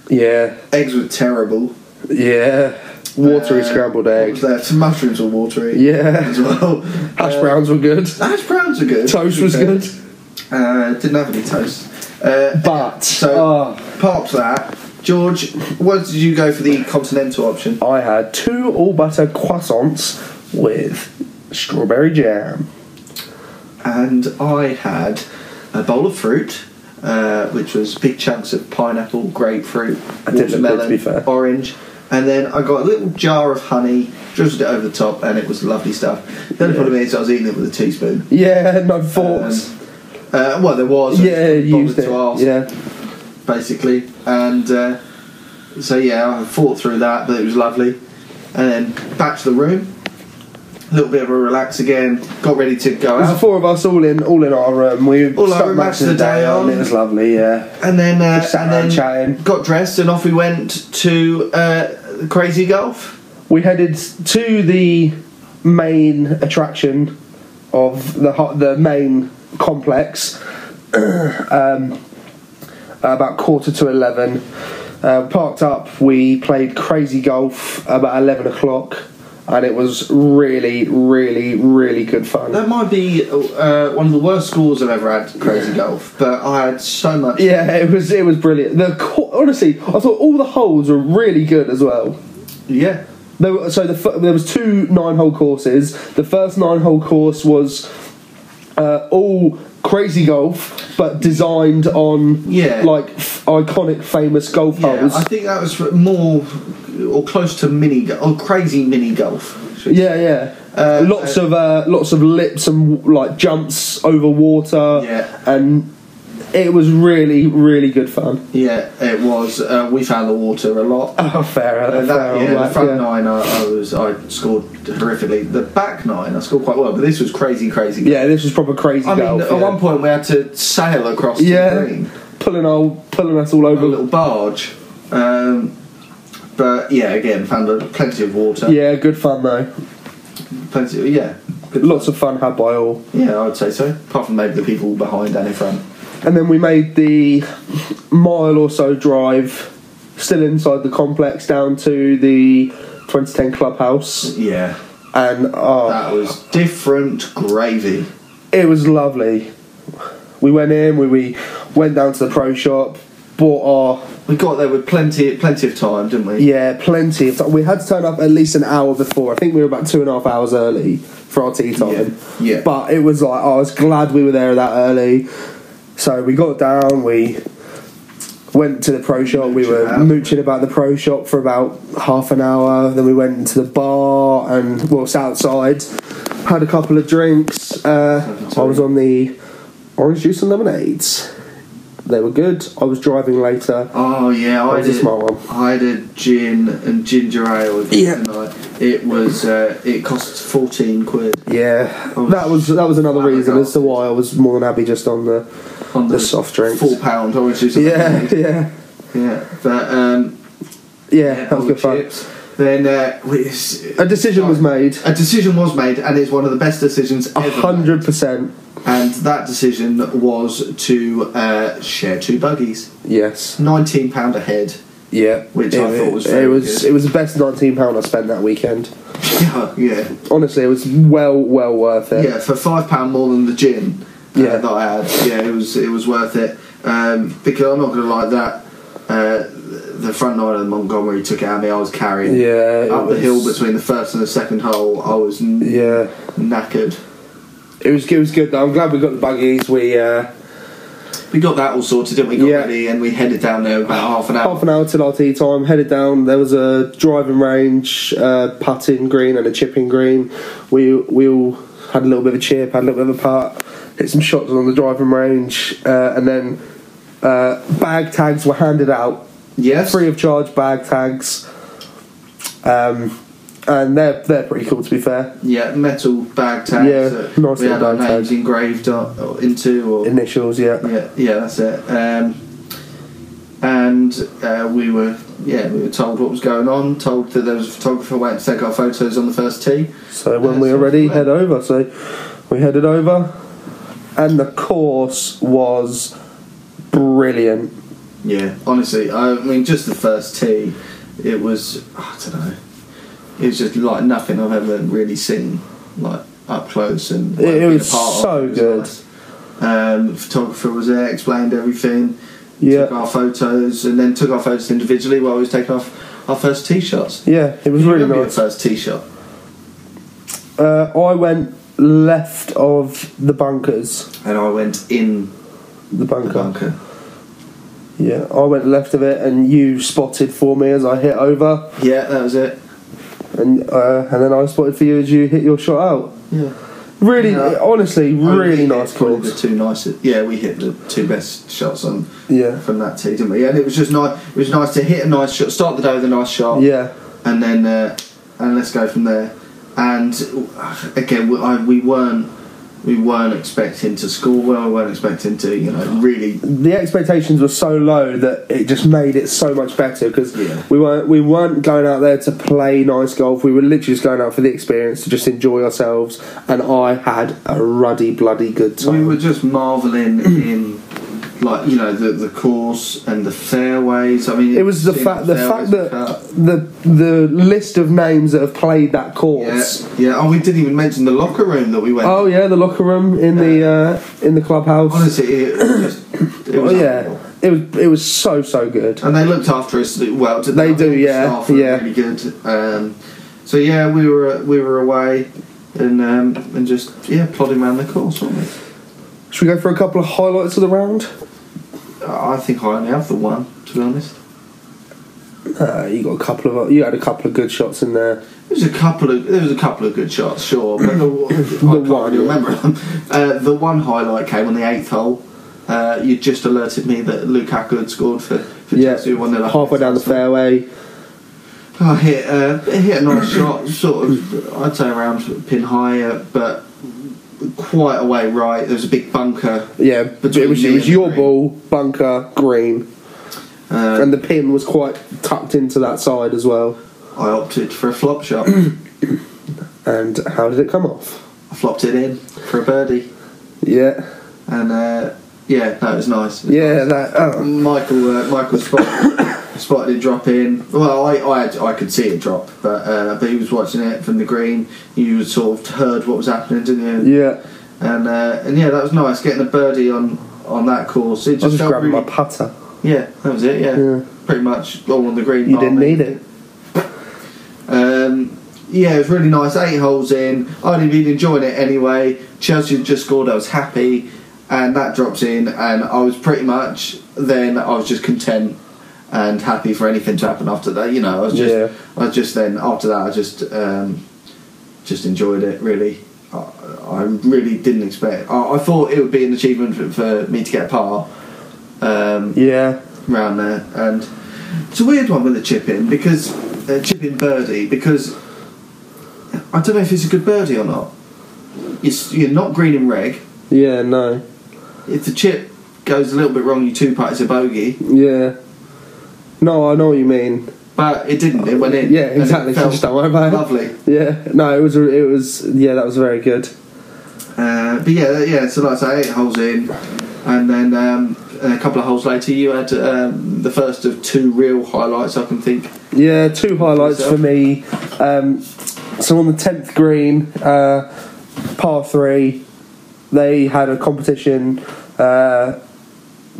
B: Yeah.
A: Eggs were terrible.
B: Yeah. Watery
A: Uh,
B: scrambled
A: What was
B: eggs.
A: there? Some mushrooms were watery.
B: Yeah.
A: As well.
B: [laughs] Hash
A: Uh,
B: browns were good.
A: Hash browns were good.
B: Toast was good.
A: Uh, didn't have any toast. Uh,
B: But
A: So-
B: Oh.
A: apart from that, George, what did you go for the continental option?
B: oh, I had two all butter croissants with strawberry jam.
A: And I had a bowl of fruit, uh, which was big chunks of pineapple, grapefruit,
B: That did look good, to
A: watermelon,
B: be fair.
A: orange. And then I got a little jar of honey, drizzled it over the top, and it was lovely stuff. The only
B: Yeah.
A: problem is I was eating it with a teaspoon.
B: Yeah, no
A: Um,
B: forks.
A: uh, well, there was. I
B: yeah,
A: bothered
B: you used
A: to
B: it.
A: ask,
B: Yeah,
A: basically. And uh, so yeah, I fought through that, but it was lovely. And then back to the room, a little bit of a relax again. Got ready to go
B: it was the
A: out,
B: four of us all in all in our room. We
A: All our
B: stuck
A: room,
B: most
A: matched
B: of
A: the day on.
B: It was lovely. Yeah,
A: and then uh,
B: Just sat
A: and
B: around
A: then
B: chatting.
A: got dressed, and off we went to uh, Crazy Golf.
B: we headed to the main attraction of the ho- the main complex. [clears throat] um, about quarter to eleven. Uh, parked up, we played crazy golf about eleven o'clock, and it was really, really, really good fun.
A: That might be uh, one of the worst scores I've ever had. Crazy Golf, but I had so much.
B: Yeah, it was it was brilliant. The co- honestly, I thought all the holes were really good as well.
A: yeah.
B: There were, so the f- there was two nine hole courses. The first nine hole course was uh, all crazy golf, but designed on
A: Yeah.
B: like f- iconic, famous golf
A: Yeah,
B: holes.
A: I think that was more or close to mini go- or crazy mini golf.
B: yeah, yeah.
A: Uh,
B: lots of uh, lots of lips and like jumps over water,
A: Yeah.
B: and it was really really
A: [laughs]
B: good fun.
A: Yeah, it was. Uh, we found the water a lot.
B: Oh, fair,
A: Uh,
B: fair,
A: that, yeah,
B: alright,
A: the front
B: yeah.
A: nine, I, I was I scored horrifically. The back nine, I scored quite well, but this was crazy, crazy.
B: Yeah, this was proper crazy
A: I mean,
B: golf.
A: at
B: yeah.
A: one point we had to sail across the
B: yeah,
A: green,
B: pulling all, pulling us all
A: a
B: over.
A: little barge. Um, but yeah, again, found a- plenty of water.
B: Yeah, good fun though.
A: plenty. Of, yeah, good.
B: Lots of fun had by all.
A: Yeah, I would say so. Apart from maybe the people behind and in front.
B: And then we made the mile or so drive, still inside the complex, down to the 2010 clubhouse.
A: Yeah,
B: And uh,
A: that was different gravy.
B: it was lovely. We went in, we, we went down to the pro shop, bought our
A: We got there with plenty, plenty of time, didn't we?
B: yeah, plenty of time. We had to turn up at least an hour before. I think we were about two and a half hours early for our tea time.
A: Yeah, yeah.
B: But it was like I was glad we were there that early. So we got down, we went to the pro shop, we were
A: about.
B: mooching about the pro shop for about half an hour, then we went into the bar and well sat outside, had a couple of drinks, uh, I was on the orange juice and lemonades. They were good. I was driving later.
A: Oh yeah, I
B: was a
A: did.
B: smart one.
A: I had a gin and ginger ale with
B: Yeah.
A: me tonight. It was. Uh, it cost fourteen quid
B: Yeah,
A: Oh,
B: that was that was another
A: wow,
B: reason
A: God.
B: as to why I was more than happy just on the
A: on
B: the,
A: the,
B: soft drinks.
A: four pound orange juice.
B: Yeah, [laughs] yeah,
A: yeah. But um,
B: yeah, that was
A: all the
B: good fun.
A: chips. Then uh, we- it's-
B: A decision was made,
A: a decision was made, and it's one of the best decisions
B: a
A: ever.
B: hundred percent.
A: And that decision was to uh, share two buggies,
B: Yes,
A: nineteen pound a head. [laughs]
B: yeah,
A: Which
B: it,
A: I thought was
B: it
A: very
B: was
A: good.
B: it was the best nineteen pound I spent that weekend.
A: yeah, yeah.
B: Honestly, it was well well worth it.
A: Yeah, for five pound more than the gin uh,
B: Yeah.
A: that I had. Yeah, it was it was worth it um, because I'm not gonna like that. Uh, the front nine of Montgomery took it out of me. I was carrying
B: Yeah, it
A: up the hill
B: was-
A: between the first and the second hole. I was n-
B: yeah.
A: knackered.
B: It was it was good. Though. I'm glad we got the buggies. We uh,
A: We got that all sorted, didn't we? Got
B: Yeah.
A: ready and we headed down there about half an hour.
B: half an hour till our tea time. Headed down. There was a driving range, uh, putting green, and a chipping green. We we all had a little bit of a chip, had a little bit of a putt, hit some shots on the driving range, uh, and then uh, bag tags were handed out,
A: Yes,
B: free of charge bag tags. Um, and they're they're pretty cool to be fair.
A: yeah, metal bag tags.
B: Yeah,
A: that
B: nice
A: we
B: little
A: had our
B: bag tag.
A: names engraved on, or into or
B: Initials, yeah.
A: Yeah, yeah, that's it. Um, and uh, we were, yeah, we were told what was going on. Told that there was a photographer waiting to take our photos on the first tee.
B: So when we were ready, head over. So we headed over, and the course was brilliant.
A: Yeah, honestly, I mean, just the first tee, it was, I don't know, it was just like nothing I've ever really seen, like up close and.
B: It- it
A: been a
B: was
A: part of.
B: so
A: It was
B: good.
A: nice. Um, photographer was there, explained everything. Took
B: Yeah,
A: our photos and then took our photos individually while we was taking off our first tee shots.
B: yeah, it was really
A: Remember
B: nice.
A: Your first tee shot.
B: Uh, I went left of the bunkers,
A: and I went in
B: the
A: the
B: bunker.
A: bunker.
B: Yeah, I went left of it, and you spotted for me as I hit over,
A: Yeah, that was it.
B: and uh, and then I spotted for you as you hit your shot out.
A: Yeah,
B: Really,
A: Yeah. Oh,
B: honestly, really
A: Only
B: nice
A: hit probably The
B: course.
A: two nicest. Yeah, we hit the two best shots on
B: Yeah,
A: from that tee, didn't we? Yeah, and it was just nice. It was nice to hit a nice shot, start the day with a nice shot,
B: yeah,
A: and then uh, and let's go from there. And uh, again, we, I, we weren't we weren't expecting to score well. We weren't expecting to you know really
B: the expectations were so low that it just made it so much better because
A: Yeah.
B: we weren't we weren't going out there to play nice golf. We were literally just going out for the experience to just enjoy ourselves. And I had a ruddy bloody good
A: We
B: time.
A: were just
B: [clears throat]
A: marveling in, like you know, the, the course and the fairways. I mean,
B: it was the
A: seemed
B: fact the
A: fairways
B: fact
A: were
B: that
A: cut.
B: the the list of names that have played that course.
A: yeah, yeah. Oh, we didn't even mention the locker room that we went.
B: Oh yeah, the locker room in the uh, in the clubhouse.
A: honestly, it was just it
B: oh
A: was
B: yeah,
A: unreal.
B: it was it was so so good.
A: And they looked after us well. Didn't
B: They
A: I think
B: do,
A: the
B: yeah,
A: staff were
B: yeah.
A: really good. Um, so yeah, we were we were away. And um, and just yeah, plodding around the course, weren't we?
B: Should we go for a couple of highlights of the round?
A: I think I only have the one, to be honest.
B: Uh, you got a couple of you had a couple of good shots in there.
A: There's a couple of there was a couple of good shots, sure, but
B: [coughs]
A: the, I can't
B: one,
A: really
B: yeah.
A: remember them. Uh, the one highlight came on the eighth hole. Uh, you just alerted me that Lukaku had scored for for
B: Yeah,
A: Chelsea one 0
B: halfway down the fairway.
A: I hit uh, hit a nice shot, sort of I'd say around pin higher, but quite away right. There was a big bunker,
B: Yeah, but
A: Between
B: it was, it
A: me
B: was
A: and
B: your
A: green.
B: ball, bunker, green,
A: uh,
B: and the pin was quite tucked into that side as well.
A: I opted for a flop shot.
B: And how did it come off?
A: I flopped it in for a birdie,
B: Yeah,
A: and uh, yeah, no, it was nice.
B: yeah, that. Oh.
A: Michael uh, Michael spotted, spotted it drop in. Well, I I, had, I could see it drop, but uh, but he was watching it from the green. You sort of heard what was happening, didn't you?
B: Yeah,
A: and uh, and yeah, that was nice getting a birdie on on that course. It
B: I was
A: just
B: just
A: felt
B: grabbing
A: really,
B: my putter.
A: yeah, that was it. Yeah,
B: Yeah.
A: pretty much all on the green.
B: You
A: bar,
B: didn't
A: mate.
B: need it.
A: Um, yeah, it was really nice. Eight holes in. I'd been enjoying it anyway. Chelsea had just scored. I was happy, and that drops in, and I was pretty much then. I was just content and happy for anything to happen after that. You know, I was just,
B: Yeah.
A: I was just then after that. I just, um, just enjoyed it really. I, I really didn't expect. I, I thought it would be an achievement for, for me to get a par. Um,
B: Yeah.
A: round there, and it's a weird one with the chip in because uh, chip in birdie because I don't know if it's a good birdie or not. It's, you're not green and reg.
B: Yeah, no.
A: If the chip goes a little bit wrong, you two putt it's a bogey.
B: Yeah. No, I know what you mean.
A: But it didn't. It went in.
B: Yeah,
A: and it
B: exactly.
A: felt
B: Just don't worry about it.
A: Lovely.
B: Yeah. No, it was a- it was yeah, that was very good.
A: Uh, but yeah, yeah. So like I say, eight holes in, and then um, a couple of holes later, you had um, the first of two real highlights I can think.
B: Yeah, two highlights for me. Um, so on the tenth green, uh, par three, they had a competition, uh,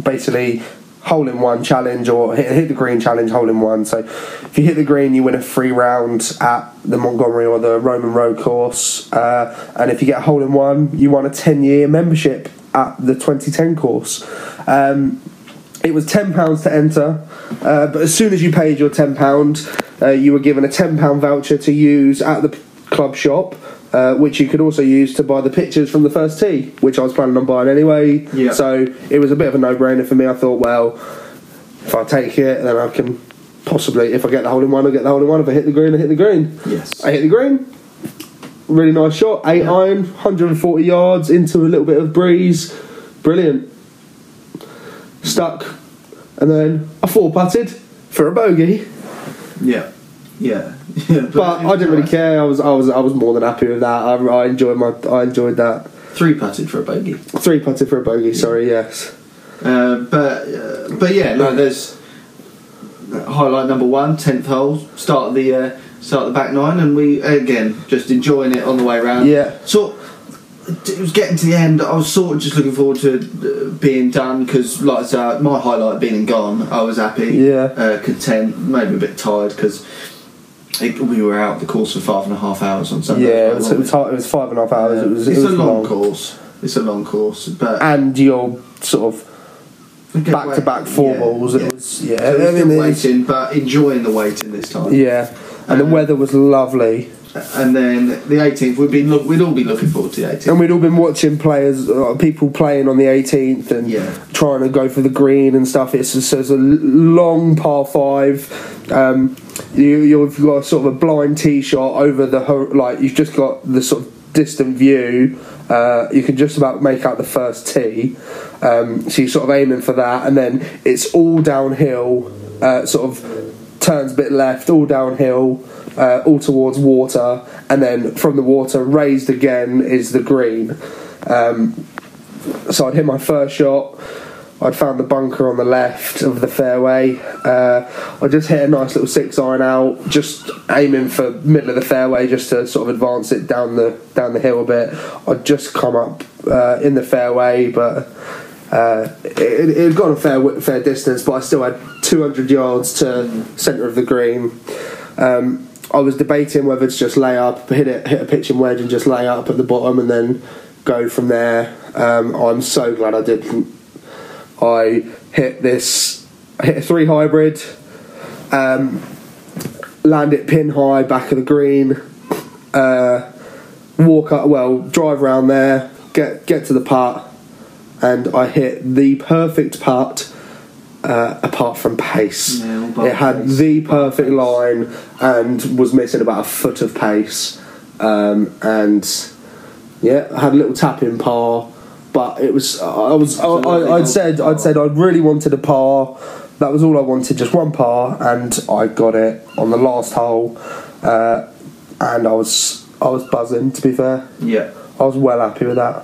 B: basically hole in one challenge or hit, hit the green challenge, hole in one. So if you hit the green, you win a free round at the Montgomery or the Roman Road course, uh, and if you get a hole in one, you won a ten year membership at the 2010 course. Um, it was ten pounds to enter, uh, but as soon as you paid your ten pound, uh, you were given a ten pound voucher to use at the p- club shop, uh, which you could also use to buy the pictures from the first tee, which I was planning on buying anyway.
A: Yeah.
B: So it was a bit of a no brainer for me. I thought, well, if I take it, then I can possibly, if I get the hole in one, I get the hole in one. If I hit the green, I hit the green.
A: Yes.
B: I hit the green. Really nice shot, eight iron, 140 yards into a little bit of breeze. Brilliant. Stuck. And then I four putted for a bogey,
A: Yeah. Yeah. [laughs] yeah
B: but I didn't really care. I was, I was, I was more than happy with that. I, I enjoyed my, I enjoyed that.
A: Three putted for a bogey.
B: Three putted for a bogey. Sorry, yes.
A: Uh, but uh, but yeah, no, there's highlight number one, tenth hole, start of the uh, start of the back nine, and we again just enjoying it on the way round.
B: Yeah.
A: so it was getting to the end. I was sort of just looking forward to uh, being done because, like I said, my highlight being gone, I was happy,
B: Yeah.
A: uh, content, maybe a bit tired because. we were out the course for five and a half hours on Sunday.
B: Yeah, it
A: wasn't
B: was, it was, hard- it was five and a half hours. It was, it
A: it's
B: was
A: a long, course. It's a long course, but
B: and your sort of back to back four
A: Yeah,
B: balls.
A: yeah.
B: It was yeah,
A: So
B: I
A: we're
B: mean,
A: still
B: it's-
A: waiting, but enjoying the waiting this time.
B: yeah, and the
A: Um,
B: weather was lovely,
A: And then the 18th, we'd be look, we'd all be looking forward to the 18th.
B: and we'd all been watching players, uh, people playing on the 18th and
A: Yeah.
B: trying to go for the green and stuff. It's just, so it's a l- long par five. Um, you, you've got sort of a blind tee shot over the hor- like you've just got the sort of distant view. Uh, you can just about make out the first tee, um, so you're sort of aiming for that, and then it's all downhill. Uh, sort of turns a bit left, all downhill, uh, all towards water, and then from the water, raised again is the green. So I'd hit my first shot. I'd found the bunker on the left of the fairway. Uh, I just hit a nice little six iron out, just aiming for middle of the fairway, just to sort of advance it down the down the hill a bit. I'd just come up uh, in the fairway, but uh, it, it had gone a fair wi- fair distance. But I still had 200 yards to centre of the green. Um, I was debating whether to just lay up, hit it, hit a pitching wedge, and just lay up at the bottom, and then go from there. Um, I'm so glad I didn't. I hit this, I hit a three hybrid, um, land it pin high back of the green, uh, walk up, well, drive round there, get get to the putt, and I hit the perfect putt. Uh, apart from pace,
A: Yeah, all about
B: it had
A: pace.
B: the perfect line and was missing about a foot of pace. Um, and yeah, I had a little tap in par, but it was I was I, I, I'd said I'd said I really wanted a par. That was all I wanted, just one par, and I got it on the last hole, uh, and I was I was buzzing. To be fair,
A: yeah,
B: I was well happy with that.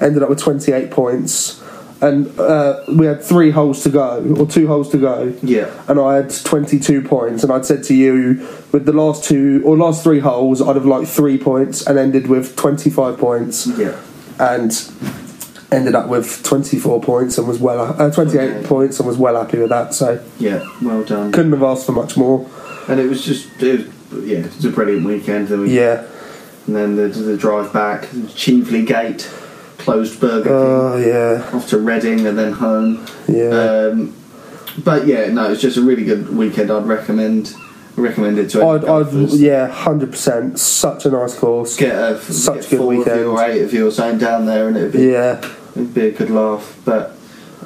B: Ended up with twenty eight points, and uh, we had three holes to go or two holes to go
A: yeah,
B: and I had 22 points, and I'd said to you with the last two or last three holes, I'd have liked three points and ended with 25 points,
A: yeah.
B: and ended up with 24 points and was well uh, 28
A: Okay.
B: points and was well happy with that. So
A: Yeah, well done.
B: couldn't have asked for much more.
A: And it was just, it was, yeah, it was a brilliant weekend. Then we,
B: Yeah.
A: And then the, the drive back, Cheveley Gate, closed Burger
B: Oh yeah.
A: King, off to Reading and then home.
B: Yeah.
A: Um, but yeah, no, it's just a really good weekend. I'd recommend recommend it to any
B: I'd, I'd
A: golfers.
B: yeah, hundred percent. Such a nice course.
A: get a
B: Such
A: get
B: good
A: four of
B: weekend.
A: you or eight of you or something down there, and it'd be
B: Yeah.
A: it'd be a good laugh. But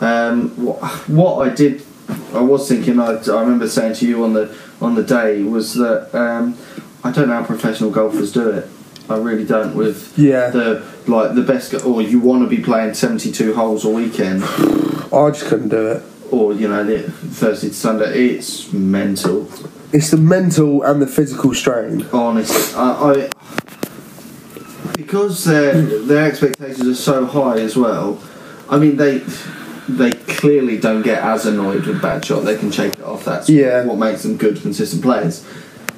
A: um, what, what I did, I was thinking. I, I remember saying to you on the on the day was that um, I don't know how professional golfers do it. I really don't. With
B: Yeah.
A: the like the best, go- or you want to be playing seventy two holes a weekend,
B: I just couldn't do it.
A: or you know the Thursday to Sunday. It's mental.
B: It's the mental and the physical strain.
A: honest. I, I because their their expectations are so high as well. I mean, they they clearly don't get as annoyed with bad shot. They can shake it off. That's
B: Yeah.
A: what makes them good, consistent players.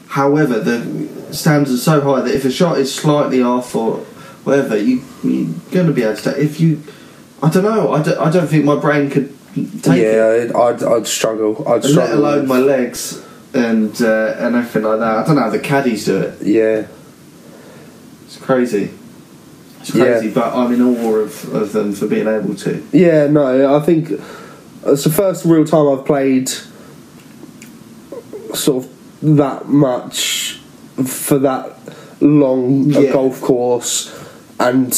A: However, the standards are so high that if a shot is slightly off or whatever, you you're going to be able to. take- If you, I don't know. I don't, I don't think my brain could take it
B: yeah, I'd, I'd, I'd struggle. I'd
A: let
B: struggle.
A: alone
B: with-
A: my legs and uh, and everything like that. I don't know how the caddies do it.
B: yeah,
A: It's crazy. It's
B: Yeah.
A: crazy, but I'm in awe of, of them for being able to.
B: yeah. No, I think uh, it's the first real time I've played sort of that much for that long a
A: Yeah.
B: golf course, and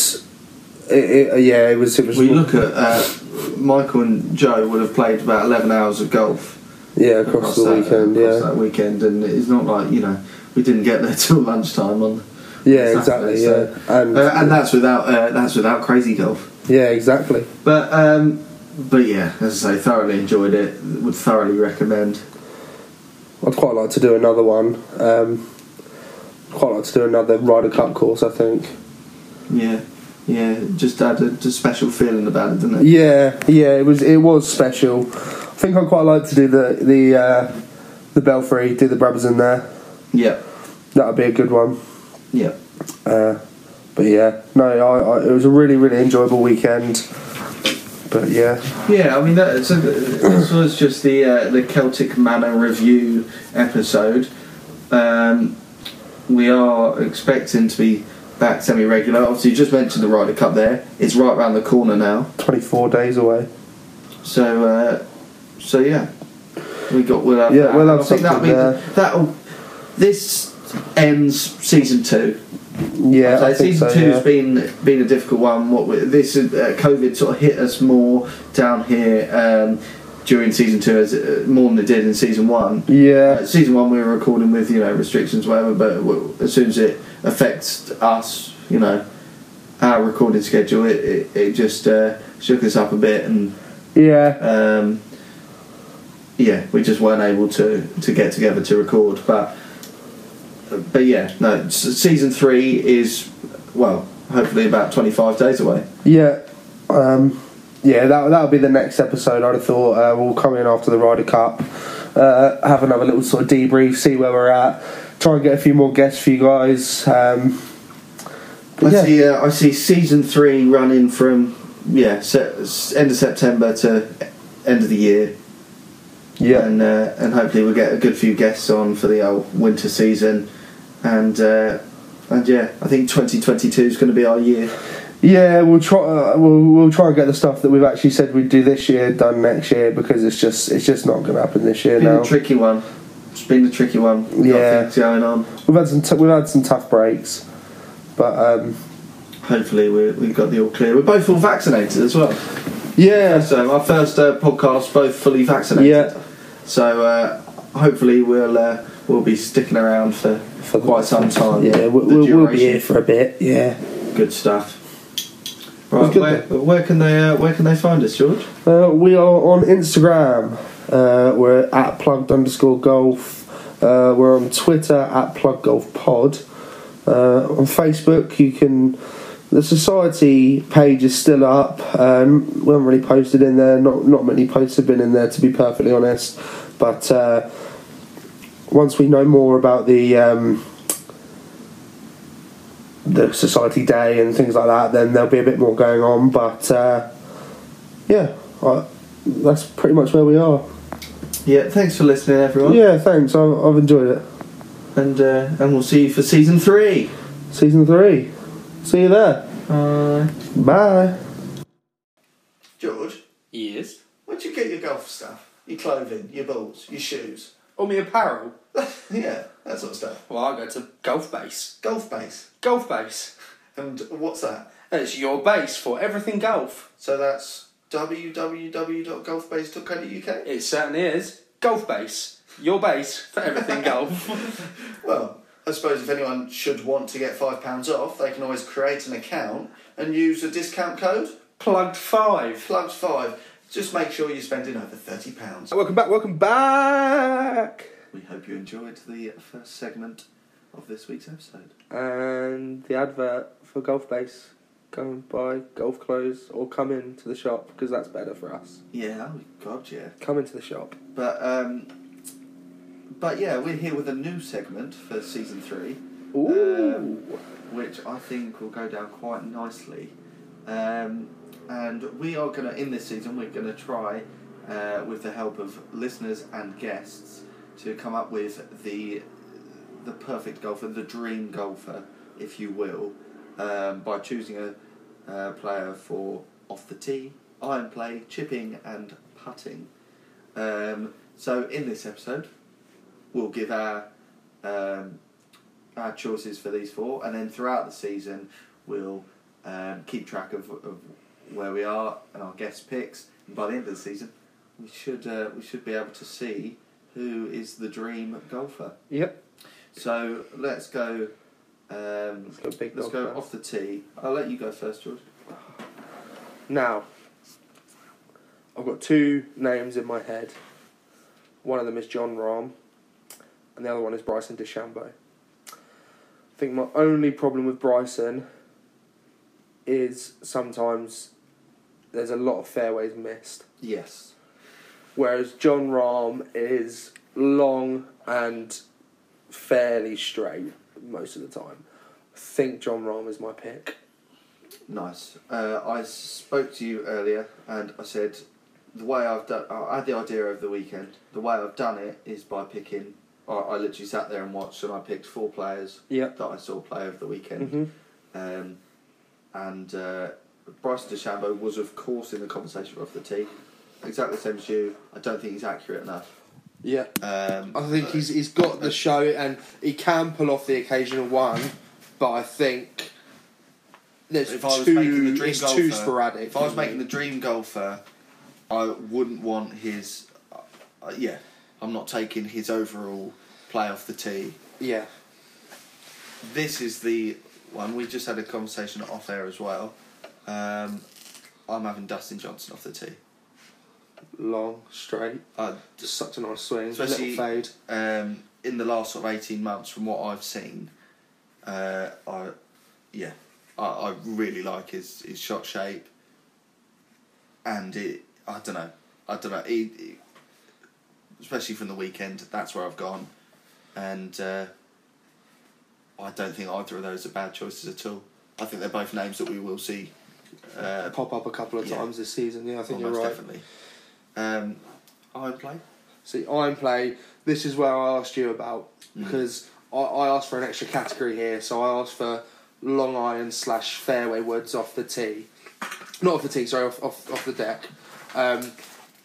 B: it, it, yeah, it was it was
A: We look at uh, Michael and Joe would have played about 11 hours of golf
B: yeah across, the
A: that,
B: weekend.
A: across
B: Yeah,
A: that weekend, and it's not like you know we didn't get there [laughs] till lunchtime on.
B: yeah,
A: Saturday,
B: exactly.
A: so-
B: Yeah, and
A: Uh, and that's without uh, that's without crazy golf.
B: yeah, exactly.
A: But um, but yeah, as I say, thoroughly enjoyed it. Would thoroughly recommend.
B: I'd quite like to do another one. Um, quite like to do another Ryder Cup course. I think.
A: Yeah, yeah, just had a, just special feeling about it, didn't it?
B: Yeah, yeah, it was it was special. I think I quite like to do the the uh, the belfry, do the Brabers in there.
A: Yeah,
B: That would be a good one.
A: yeah.
B: Uh, but yeah, no, I, I, it was a really really enjoyable weekend. But yeah,
A: Yeah, I mean, that, so th- this was just the uh, the Celtic Manor review episode. Um, we are expecting to be back semi regular. Obviously, you just mentioned the Ryder Cup there. It's right round the corner now.
B: twenty four days away.
A: So, uh, so yeah, we got we'll have
B: Yeah,
A: that.
B: we'll have
A: I think that'll
B: something
A: be
B: there.
A: that'll this ends season two.
B: Yeah,
A: So
B: I think
A: season
B: so.
A: two's
B: yeah.
A: been been a difficult one. What with this uh, COVID sort of hit us more down here um, during season two, as uh, more than it did in season one. Uh,
B: yeah,
A: season one we were recording with you know restrictions whatever, but w- as soon as it affects us, you know, our recording schedule, it it, it just uh, shook us up a bit, and
B: yeah,
A: um, yeah, we just weren't able to to get together to record, but but yeah, no. s- Season three is well, hopefully about twenty five days away.
B: yeah. Um, yeah, that that'll be the next episode. I'd have thought uh, we'll come in after the Ryder Cup, uh, have another little sort of debrief, see where we're at, try and get a few more guests for you guys. Um,
A: I
B: but yeah,
A: see. Uh, I see season three running from yeah se- s- end of September to end of the year,
B: yeah,
A: and uh, and hopefully we'll get a good few guests on for the old winter season, and uh, and yeah, I think twenty twenty two is going to be our year.
B: yeah. We'll try. Uh, we'll we'll try and get the stuff that we've actually said we'd do this year done next year because it's just it's just not going to happen this year
A: It's been
B: now.
A: a tricky one. It's been a tricky one. We've
B: Yeah.
A: got things going on.
B: We've had some t- we've had some tough breaks, but um,
A: Hopefully, we we've got the all clear. We're both all vaccinated as well.
B: yeah,
A: So, our first uh, podcast, both fully vaccinated.
B: yeah.
A: So, uh, hopefully, we'll uh, we'll be sticking around for, for quite some time.
B: Yeah, we-
A: The
B: we'll, we'll be
A: duration.
B: here for a bit. Yeah.
A: Good stuff. Right,
B: It's good
A: where, where can they uh, where can they find us, George?
B: Uh, we are on Instagram. Uh, we're at plugged underscore golf. Uh, we're on Twitter at plug golf pod. Uh, on Facebook, you can. The society page is still up. Um, we haven't really posted in there. Not not many posts have been in there, to be perfectly honest. But uh, once we know more about the um, the society day and things like that, then there'll be a bit more going on. But uh, yeah, I, that's pretty much where we are.
A: Yeah, thanks for listening, everyone.
B: Yeah, thanks. I, I've enjoyed it.
A: And uh, and we'll see you for season three.
B: Season three. See you there.
A: Uh,
B: Bye.
A: George,
C: Yes.
A: where'd you get your golf stuff? Your clothing, your balls, your shoes.
C: Or me apparel.
A: yeah, that sort of stuff.
C: Well, I go to golf base.
A: Golf base.
C: Golf base.
A: And what's that?
C: That's your base for everything golf.
A: So that's www.golfbase.co.uk.
C: It certainly is. Golf base. Your base for
A: [laughs]
C: everything golf.
A: Well, I suppose if anyone should want to get £5 off, they can always create an account and use a discount code,
C: Plugged five.
A: plugs 5 Just make sure you're spending over £30.
B: Welcome back. Welcome back.
A: We hope you enjoyed the first segment of this week's episode.
B: And the advert for Golf Base. Go and buy golf clothes or come into the shop because that's better for us.
A: Yeah, oh God, yeah.
B: Come into the shop.
A: But, um, but yeah, we're here with a new segment for season three,
B: Ooh.
A: Um, which I think will go down quite nicely. Um, and we are going to, in this season, we're going to try, uh, with the help of listeners and guests, to come up with the the perfect golfer, the dream golfer, if you will, um, by choosing a uh, player for off the tee, iron play, chipping, and putting. Um, so in this episode, we'll give our um, our choices for these four, and then throughout the season, we'll um, keep track of, of where we are and our guest picks. And by the end of the season, we should uh, we should be able to see who is the dream golfer.
B: Yep.
A: So let's go. Um,
B: Let's go big
A: let's
B: golf
A: go
B: first.
A: off the tee. I'll let you go first, George.
B: Now, I've got two names in my head. One of them is John Rahm, and the other one is Bryson DeChambeau. I think my only problem with Bryson is sometimes there's a lot of fairways missed,
A: Yes.
B: whereas John Rahm is long and fairly straight most of the time. I think John Rahm is my pick.
A: Nice. Uh, I spoke to you earlier, and I said the way I've done. I had the idea over the weekend. The way I've done it is by picking. I, I literally sat there and watched, and I picked four players
B: Yep.
A: that I saw play over the weekend.
B: hmm
A: Um, and uh, Bryson DeChambeau was, of course, in the conversation for off the tee. Exactly the same as you. I don't think he's accurate enough.
B: Yeah.
A: Um,
B: I think he's he's got the show and he can pull off the occasional one, but I think there's
A: If I was making
B: too
A: the dream
B: it's
A: golfer-
B: too sporadic.
A: If I was making the dream golfer, I wouldn't want his. Uh, uh, yeah, I'm not taking his overall play off the tee.
B: yeah
A: This is the one we just had a conversation off air as well. Um, I'm having Dustin Johnson off the tee,
B: long straight,
A: uh,
B: just such a nice swing,
A: Especially-
B: little fade.
A: um, in the last sort of eighteen months. From what I've seen, uh, I yeah, I, I really like his, his shot shape, and it I don't know, I don't know, he, he- especially from the weekend. That's where I've gone, and uh, I don't think either of those are bad choices at all. I think they're both names that we will see. Uh,
B: Pop up a couple of
A: yeah.
B: times this season. Yeah, I think you're
A: almost
B: right.
A: definitely. Um, I play.
B: See, iron play. This is where I asked you about
A: Hmm.
B: because I, I asked for an extra category here. So I asked for long iron slash fairway woods off the tee, not off the tee. Sorry, off off, off the deck, um,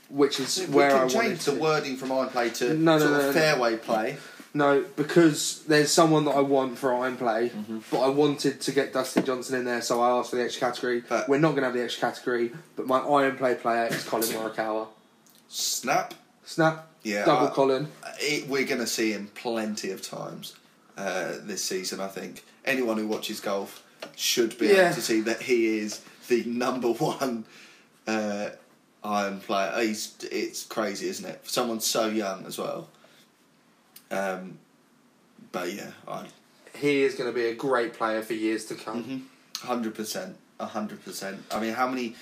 B: which is where
A: we can
B: I wanted
A: change
B: to.
A: the wording from iron play to
B: No, no,
A: sort
B: no, no.
A: of fairway play.
B: No, because there's someone that I want for iron play,
A: Mm-hmm.
B: but I wanted to get Dustin Johnson in there, so I asked for the extra category.
A: But-
B: We're not going to have the extra category, but my iron play player is Colin Morikawa.
A: Snap.
B: Snap,
A: Yeah,
B: double
A: I-
B: Colin.
A: It, we're going to see him plenty of times uh, this season. I think anyone who watches golf should be
B: Yeah.
A: able to see that he is the [laughs] number one uh, iron player. He's, it's crazy, isn't it? For someone so young as well. Um, but yeah, I
B: He is going to be a great player for years to
A: Mm-hmm.
B: come.
A: hundred percent, hundred percent. I mean, how many?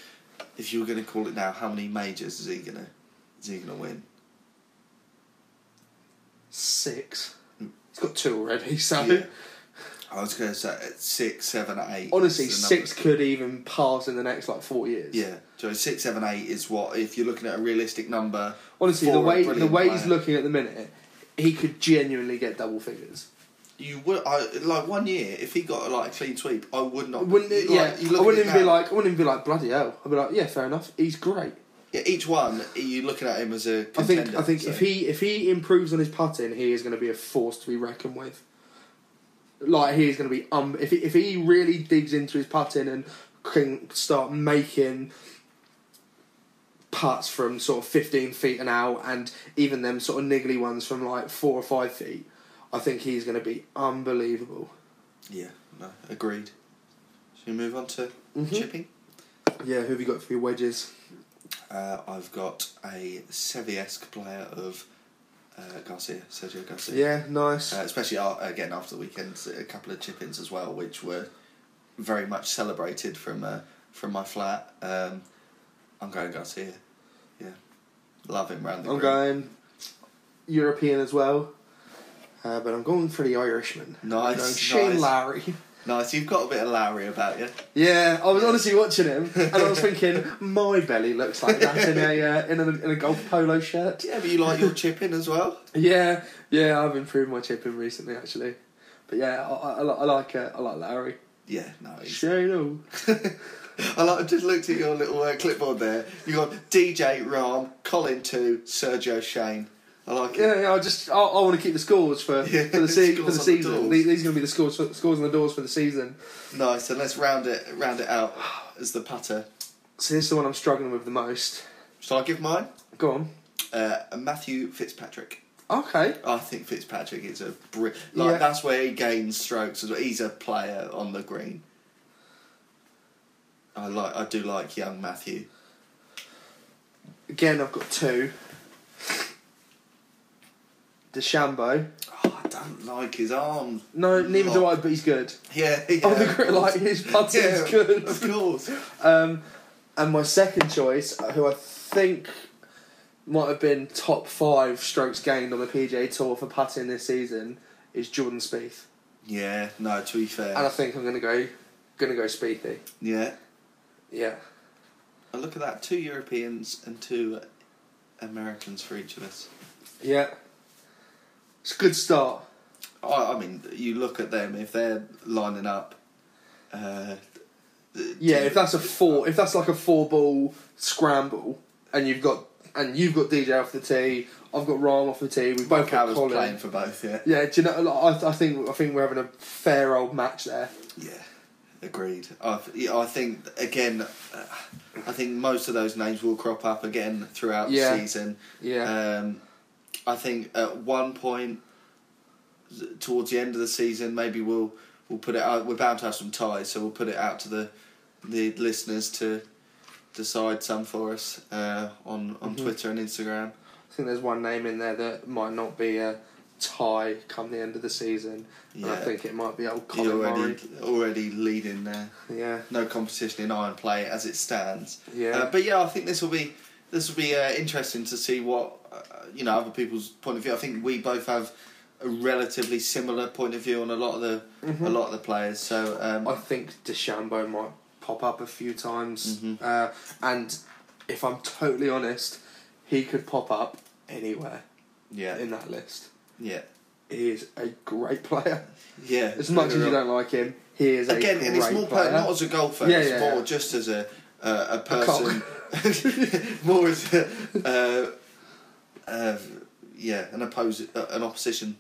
A: If you were going to call it now, how many majors is he gonna is he gonna win?
B: Six. He's got two already, [laughs] so
A: Yeah. I was going to say at six, seven, eight.
B: Honestly,
A: is the number.
B: six could even pass in the next like four years.
A: Yeah, so six, seven, eight is what if you're looking at a realistic number.
B: Honestly,
A: for
B: the
A: a
B: way the
A: brilliant
B: way
A: player.
B: he's looking at the minute, he could genuinely get double figures.
A: You would I, like one year if he got like a clean sweep. I would not.
B: Wouldn't it,
A: like, you
B: yeah,
A: look
B: I
A: at
B: wouldn't
A: it
B: even be
A: now,
B: like, I wouldn't even be like, bloody hell. I'd be like, yeah, fair enough. He's great.
A: yeah, each one. You're looking at him as a.
B: I
A: Contender,
B: think I think if
A: so.
B: he if he improves on his putting, he is going to be a force to be reckoned with. Like he is going to be um if he, if he really digs into his putting and can start making putts from sort of fifteen feet an hour and even them sort of niggly ones from like four or five feet, I think he's going to be unbelievable.
A: Yeah, no, agreed. Should we move on to
B: Mhm.
A: chipping?
B: Yeah, who have you got for your wedges?
A: Uh, I've got a Sevi-esque player of uh, Garcia, Sergio Garcia.
B: Yeah, nice.
A: Uh, especially uh, again after the weekend, a couple of chip-ins as well, which were very much celebrated from uh, from my flat. Um, I'm going Garcia. Yeah, love him round the
B: I'm
A: green.
B: going European as well, uh, but I'm going for the Irishman.
A: Nice,
B: I'm going Shane
A: nice.
B: Lowry.
A: Nice, you've got a bit of Lowry about you.
B: Yeah, I was honestly watching him, [laughs] and I was thinking, my belly looks like that in a uh, in a in a golf polo shirt.
A: Yeah, but you like
B: [laughs]
A: your chipping as well.
B: Yeah, yeah, I've improved my chipping recently, actually. But yeah, I, I, I li- I like uh, I like Lowry.
A: Yeah, no, he's
B: Shane, oh.
A: I like, I just looked at your little uh, clipboard there. You got DJ Rahm, Colin Two, Sergio Shane. I like it.
B: Yeah, yeah, I just I, I want to keep the scores for,
A: Yeah,
B: [laughs] for the se-
A: scores
B: for the
A: on the
B: season.
A: doors.
B: These, these are going to be the scores for, scores on the doors for the season.
A: Nice. And let's round it round it out as the putter.
B: So this is the one I'm struggling with the most.
A: Shall I give mine?
B: Go on.
A: Uh, Matthew Fitzpatrick.
B: Okay.
A: I think Fitzpatrick is a br- like
B: Yeah.
A: that's where he gains strokes. as well. He's a player on the green. I like. I do like young Matthew.
B: Again, I've got two. DeChambeau.
A: Oh, I don't like his arm.
B: No, neither do
A: Lot.
B: I, but he's good.
A: Yeah. [laughs] yeah
B: On the
A: of
B: grid,
A: course.
B: like his putting
A: yeah,
B: is good.
A: Of course.
B: Um, and my second choice, uh, who I think might have been top five strokes gained on the PGA Tour for putting this season, is Jordan Spieth.
A: Yeah. No. To be fair.
B: And I think I'm gonna go, gonna go Spiethy.
A: Yeah.
B: Yeah.
A: I look at that. Two Europeans and two Americans for each of us.
B: Yeah. It's a good start.
A: I, I mean, you look at them if they're lining up. Uh,
B: Yeah, if that's a four, if that's like a four ball scramble, and you've got and you've got DJ off the tee, I've got Rahm off the tee, we've both got
A: Cowers
B: Colin.
A: playing for both. Yeah.
B: Yeah, do you know? like, I, I think I think we're having a fair old match there.
A: Yeah. Agreed. I've, yeah, I think again. Uh, I think most of those names will crop up again throughout
B: Yeah.
A: the season.
B: Yeah,
A: Um, I think at one point th- towards the end of the season, maybe we'll we'll put it out. We're bound to have some ties, so we'll put it out to the the listeners to decide some for us uh, on on
B: Mm-hmm.
A: Twitter and Instagram.
B: I think there's one name in there that might not be a tie come the end of the season, and I
A: Yeah.
B: think it might be old
A: You're
B: Colin
A: already already leading there.
B: Murray. Yeah,
A: No competition in iron play as it stands.
B: yeah,
A: Uh, but yeah, I think this will be this will be uh, interesting to see what uh, you know other people's point of view. I think we both have a relatively similar point of view on a lot of the a lot of the players. So um,
B: Mm-hmm. I think Deschambeau might pop up a few times,
A: Mhm.
B: uh, and if I'm totally honest, he could pop up anywhere
A: yeah,
B: in that list.
A: yeah,
B: He is a great player.
A: yeah.
B: As much as you don't like him, he is a
A: again,
B: great
A: and it's more
B: player.
A: player. not as a golfer,
B: Yeah,
A: it's
B: yeah,
A: more
B: yeah.
A: just as a uh, a
B: cock.
A: person, [laughs] more as a, uh, uh, yeah, an oppos- uh, an opposition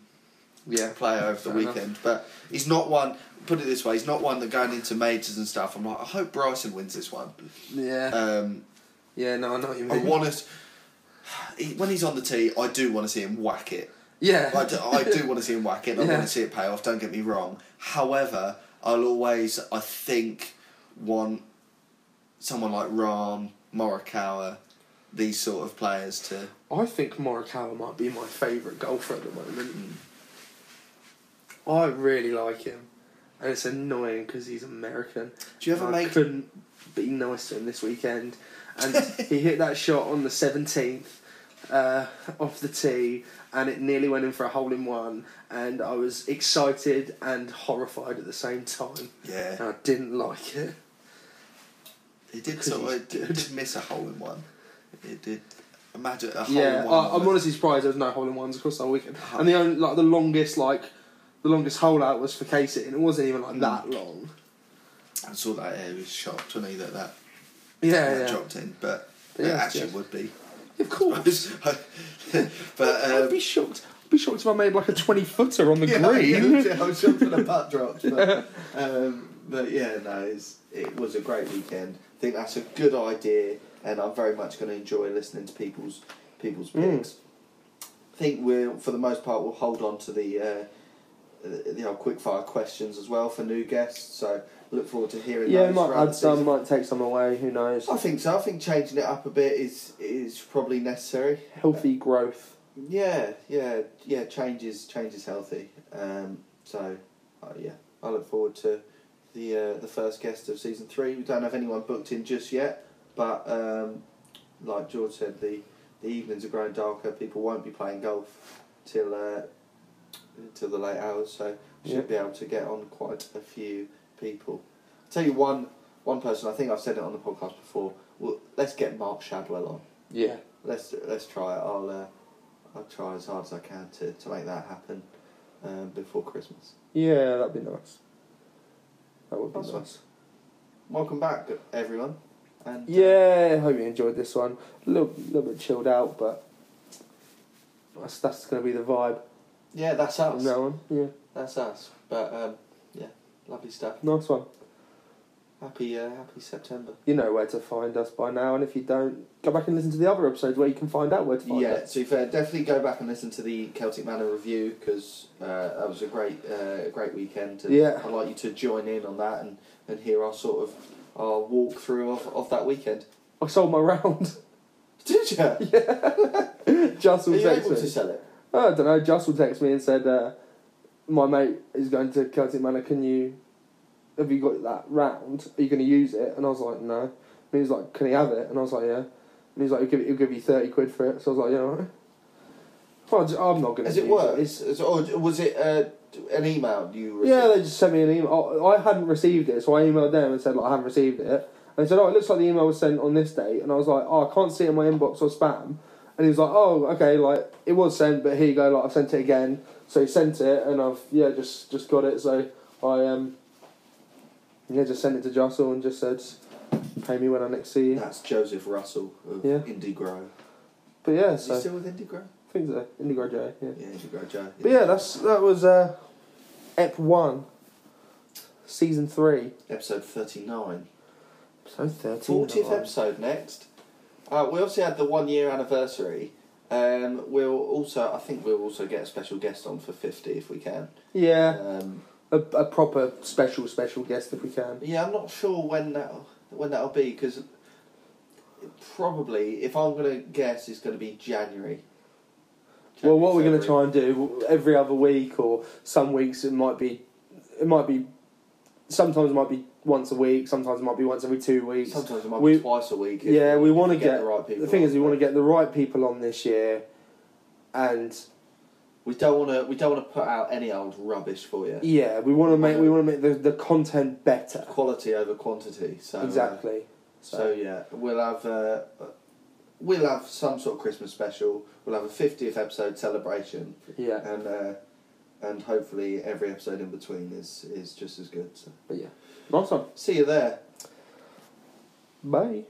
B: yeah,
A: player over the
B: Fair enough.
A: weekend. But he's not one. Put it this way, he's not one that going into majors and stuff. I'm like, I hope Bryson wins this one.
B: yeah,
A: Um,
B: yeah. No, I know what you
A: I
B: mean.
A: want to. He, when he's on the tee, I do want to see him whack it.
B: yeah,
A: I do, I do want to see him whack it. and I
B: Yeah.
A: want to see it pay off. Don't get me wrong. However, I'll always, I think, want someone like Rahm, Morikawa, these sort of players to.
B: I think Morikawa might be my favourite golfer at the moment. I really like him, and it's annoying because he's American.
A: Do you ever
B: And I
A: make?
B: couldn't be nice to him this weekend, and he hit that shot on the seventeenth,
C: uh, off the tee, and it nearly went in for a hole in one. And I was excited and horrified at the same time. And
D: Yeah,
C: I didn't like it.
D: it did.
C: Because
D: So
C: he's
D: it did, it did miss a hole in one. It did. Imagine a hole
C: yeah,
D: in one.
C: I, I'm honestly surprised there was no hole in ones across the whole weekend. And the only like the longest like the longest hole out was for Casey, and it wasn't even like that long.
D: I saw that. Yeah, it was shocked, wasn't he? That that,
C: Yeah,
D: that
C: yeah.
D: dropped in, but
C: Yeah,
D: it
C: it's
D: actually
C: just-
D: would be.
C: Of course.
D: [laughs] but
C: I'd
D: um,
C: be shocked. I'd be shocked if I made like a twenty footer on the green.
A: Uh, Yeah, I was jumping
B: [laughs]
A: the putt drops, but, um, but yeah, no, it's, it was a great weekend. I think that's a good idea, and I'm very much going to enjoy listening to people's people's
B: Mm.
A: picks. I think we'll, for the most part, we'll hold on to the uh, the the old quickfire questions as well for new guests. So look forward to hearing
B: Yeah,
A: those.
B: might
A: throughout
B: add
A: the
B: some,
A: season.
B: might take some away. Who knows?
A: I think so. I think changing it up a bit is is probably necessary.
B: Healthy growth.
A: Yeah, yeah, yeah. Change is, change is healthy. Um, so, uh, yeah, I look forward to the uh, the first guest of season three. We don't have anyone booked in just yet, but um, like George said, the, the evenings are growing darker. People won't be playing golf till uh, till the late hours, so should
B: Yeah.
A: be able to get on quite a few people. I'll tell you one one person. I think I've said it on the podcast before. Well, let's get Mark Shadwell on.
B: Yeah.
A: Let's let's try it. I'll uh, I'll try as hard as I can to, to make that happen um, before Christmas.
B: Yeah, that'd be nice. That would be
A: Nice one.
B: nice.
A: Welcome back, everyone. And uh,
B: Yeah, hope you enjoyed this one. A little, little bit chilled out, but that's, that's going to be the vibe
A: yeah, that's
B: from
A: us.
B: now on. Yeah,
A: That's us. But um, yeah, lovely stuff.
B: nice one.
A: Happy uh, happy September.
B: You know where to find us by now, and if you don't, go back and listen to the other episodes where you can find out where to find
A: yeah,
B: us.
A: to be fair, definitely go back and listen to the Celtic Manor review because uh, that was a great, uh, great weekend. And
B: Yeah.
A: I'd like you to join in on that and, and hear our sort of our walkthrough of, of that weekend. [laughs]
B: I sold my [laughs] round.
A: Did you? Are
B: Just will
A: you
B: text
A: able
B: me.
A: to sell it?
B: Oh, I don't know. Just will text me and said, uh, "My mate is going to Celtic Manor. Can you? Have you got that round? Are you going to use it?" And I was like, "No." And he was like, "Can he have it?" And I was like, "Yeah." And he was like, "He'll give, he'll give you thirty quid for it." So I was like, "Yeah." all right." Well, I ju- I'm not going to.
A: As it were, is, is, or was it uh, an email you received?
B: Yeah, they just sent me an email. Oh, I, I hadn't received it, so I emailed them and said, like, I haven't received it. And they said, oh, it looks like the email was sent on this date. And I was like, oh, I can't see it in my inbox or spam. And he was like, oh, okay, like, it was sent, but here you go, like, I've sent it again. So he sent it, and I've, yeah, just just got it. So I, um, yeah, just sent it to Jossel and just said, pay me when I next see you.
A: That's Joseph Russell of
B: Yeah.
A: Indigro.
B: But yeah,
A: Is
B: so,
A: he still with Indigro?
B: I think so. Indigo J, yeah.
A: Yeah, Indigro Joe.
B: But yeah, that's, that was, uh, Ep 1, Season 3.
A: Episode 39.
B: So 13.
A: 40th episode next. Uh, we obviously had the one year anniversary. Um, we'll also, I think we'll also get a special guest on for 50 if we can.
B: Yeah,
A: Um,
B: a, a proper special, special guest if we can.
A: yeah, I'm not sure when that when that'll be because probably, if I'm gonna guess, it's gonna be January.
B: Well, what we're going to
A: February.
B: try and do every other week or some weeks it might be, it might be, sometimes it might be once a week, sometimes it might be once every two weeks.
A: Sometimes it might
B: We-
A: be twice a week. if
B: yeah, we
A: if
B: want to
A: you
B: get,
A: the right people.
B: the thing
A: on.
B: is we want to get the right people on this year, and
A: We don't want to. We don't want to put out any old rubbish for you.
B: yeah, we want to make we want to make the, the content better.
A: Quality over quantity. So uh,
B: Exactly.
A: so yeah, we'll have uh, we'll have some sort of Christmas special. We'll have a fiftieth episode celebration,
B: yeah,
A: and uh, and hopefully every episode in between is is just as good. So
B: but yeah, nice one.
A: see you there.
B: Bye.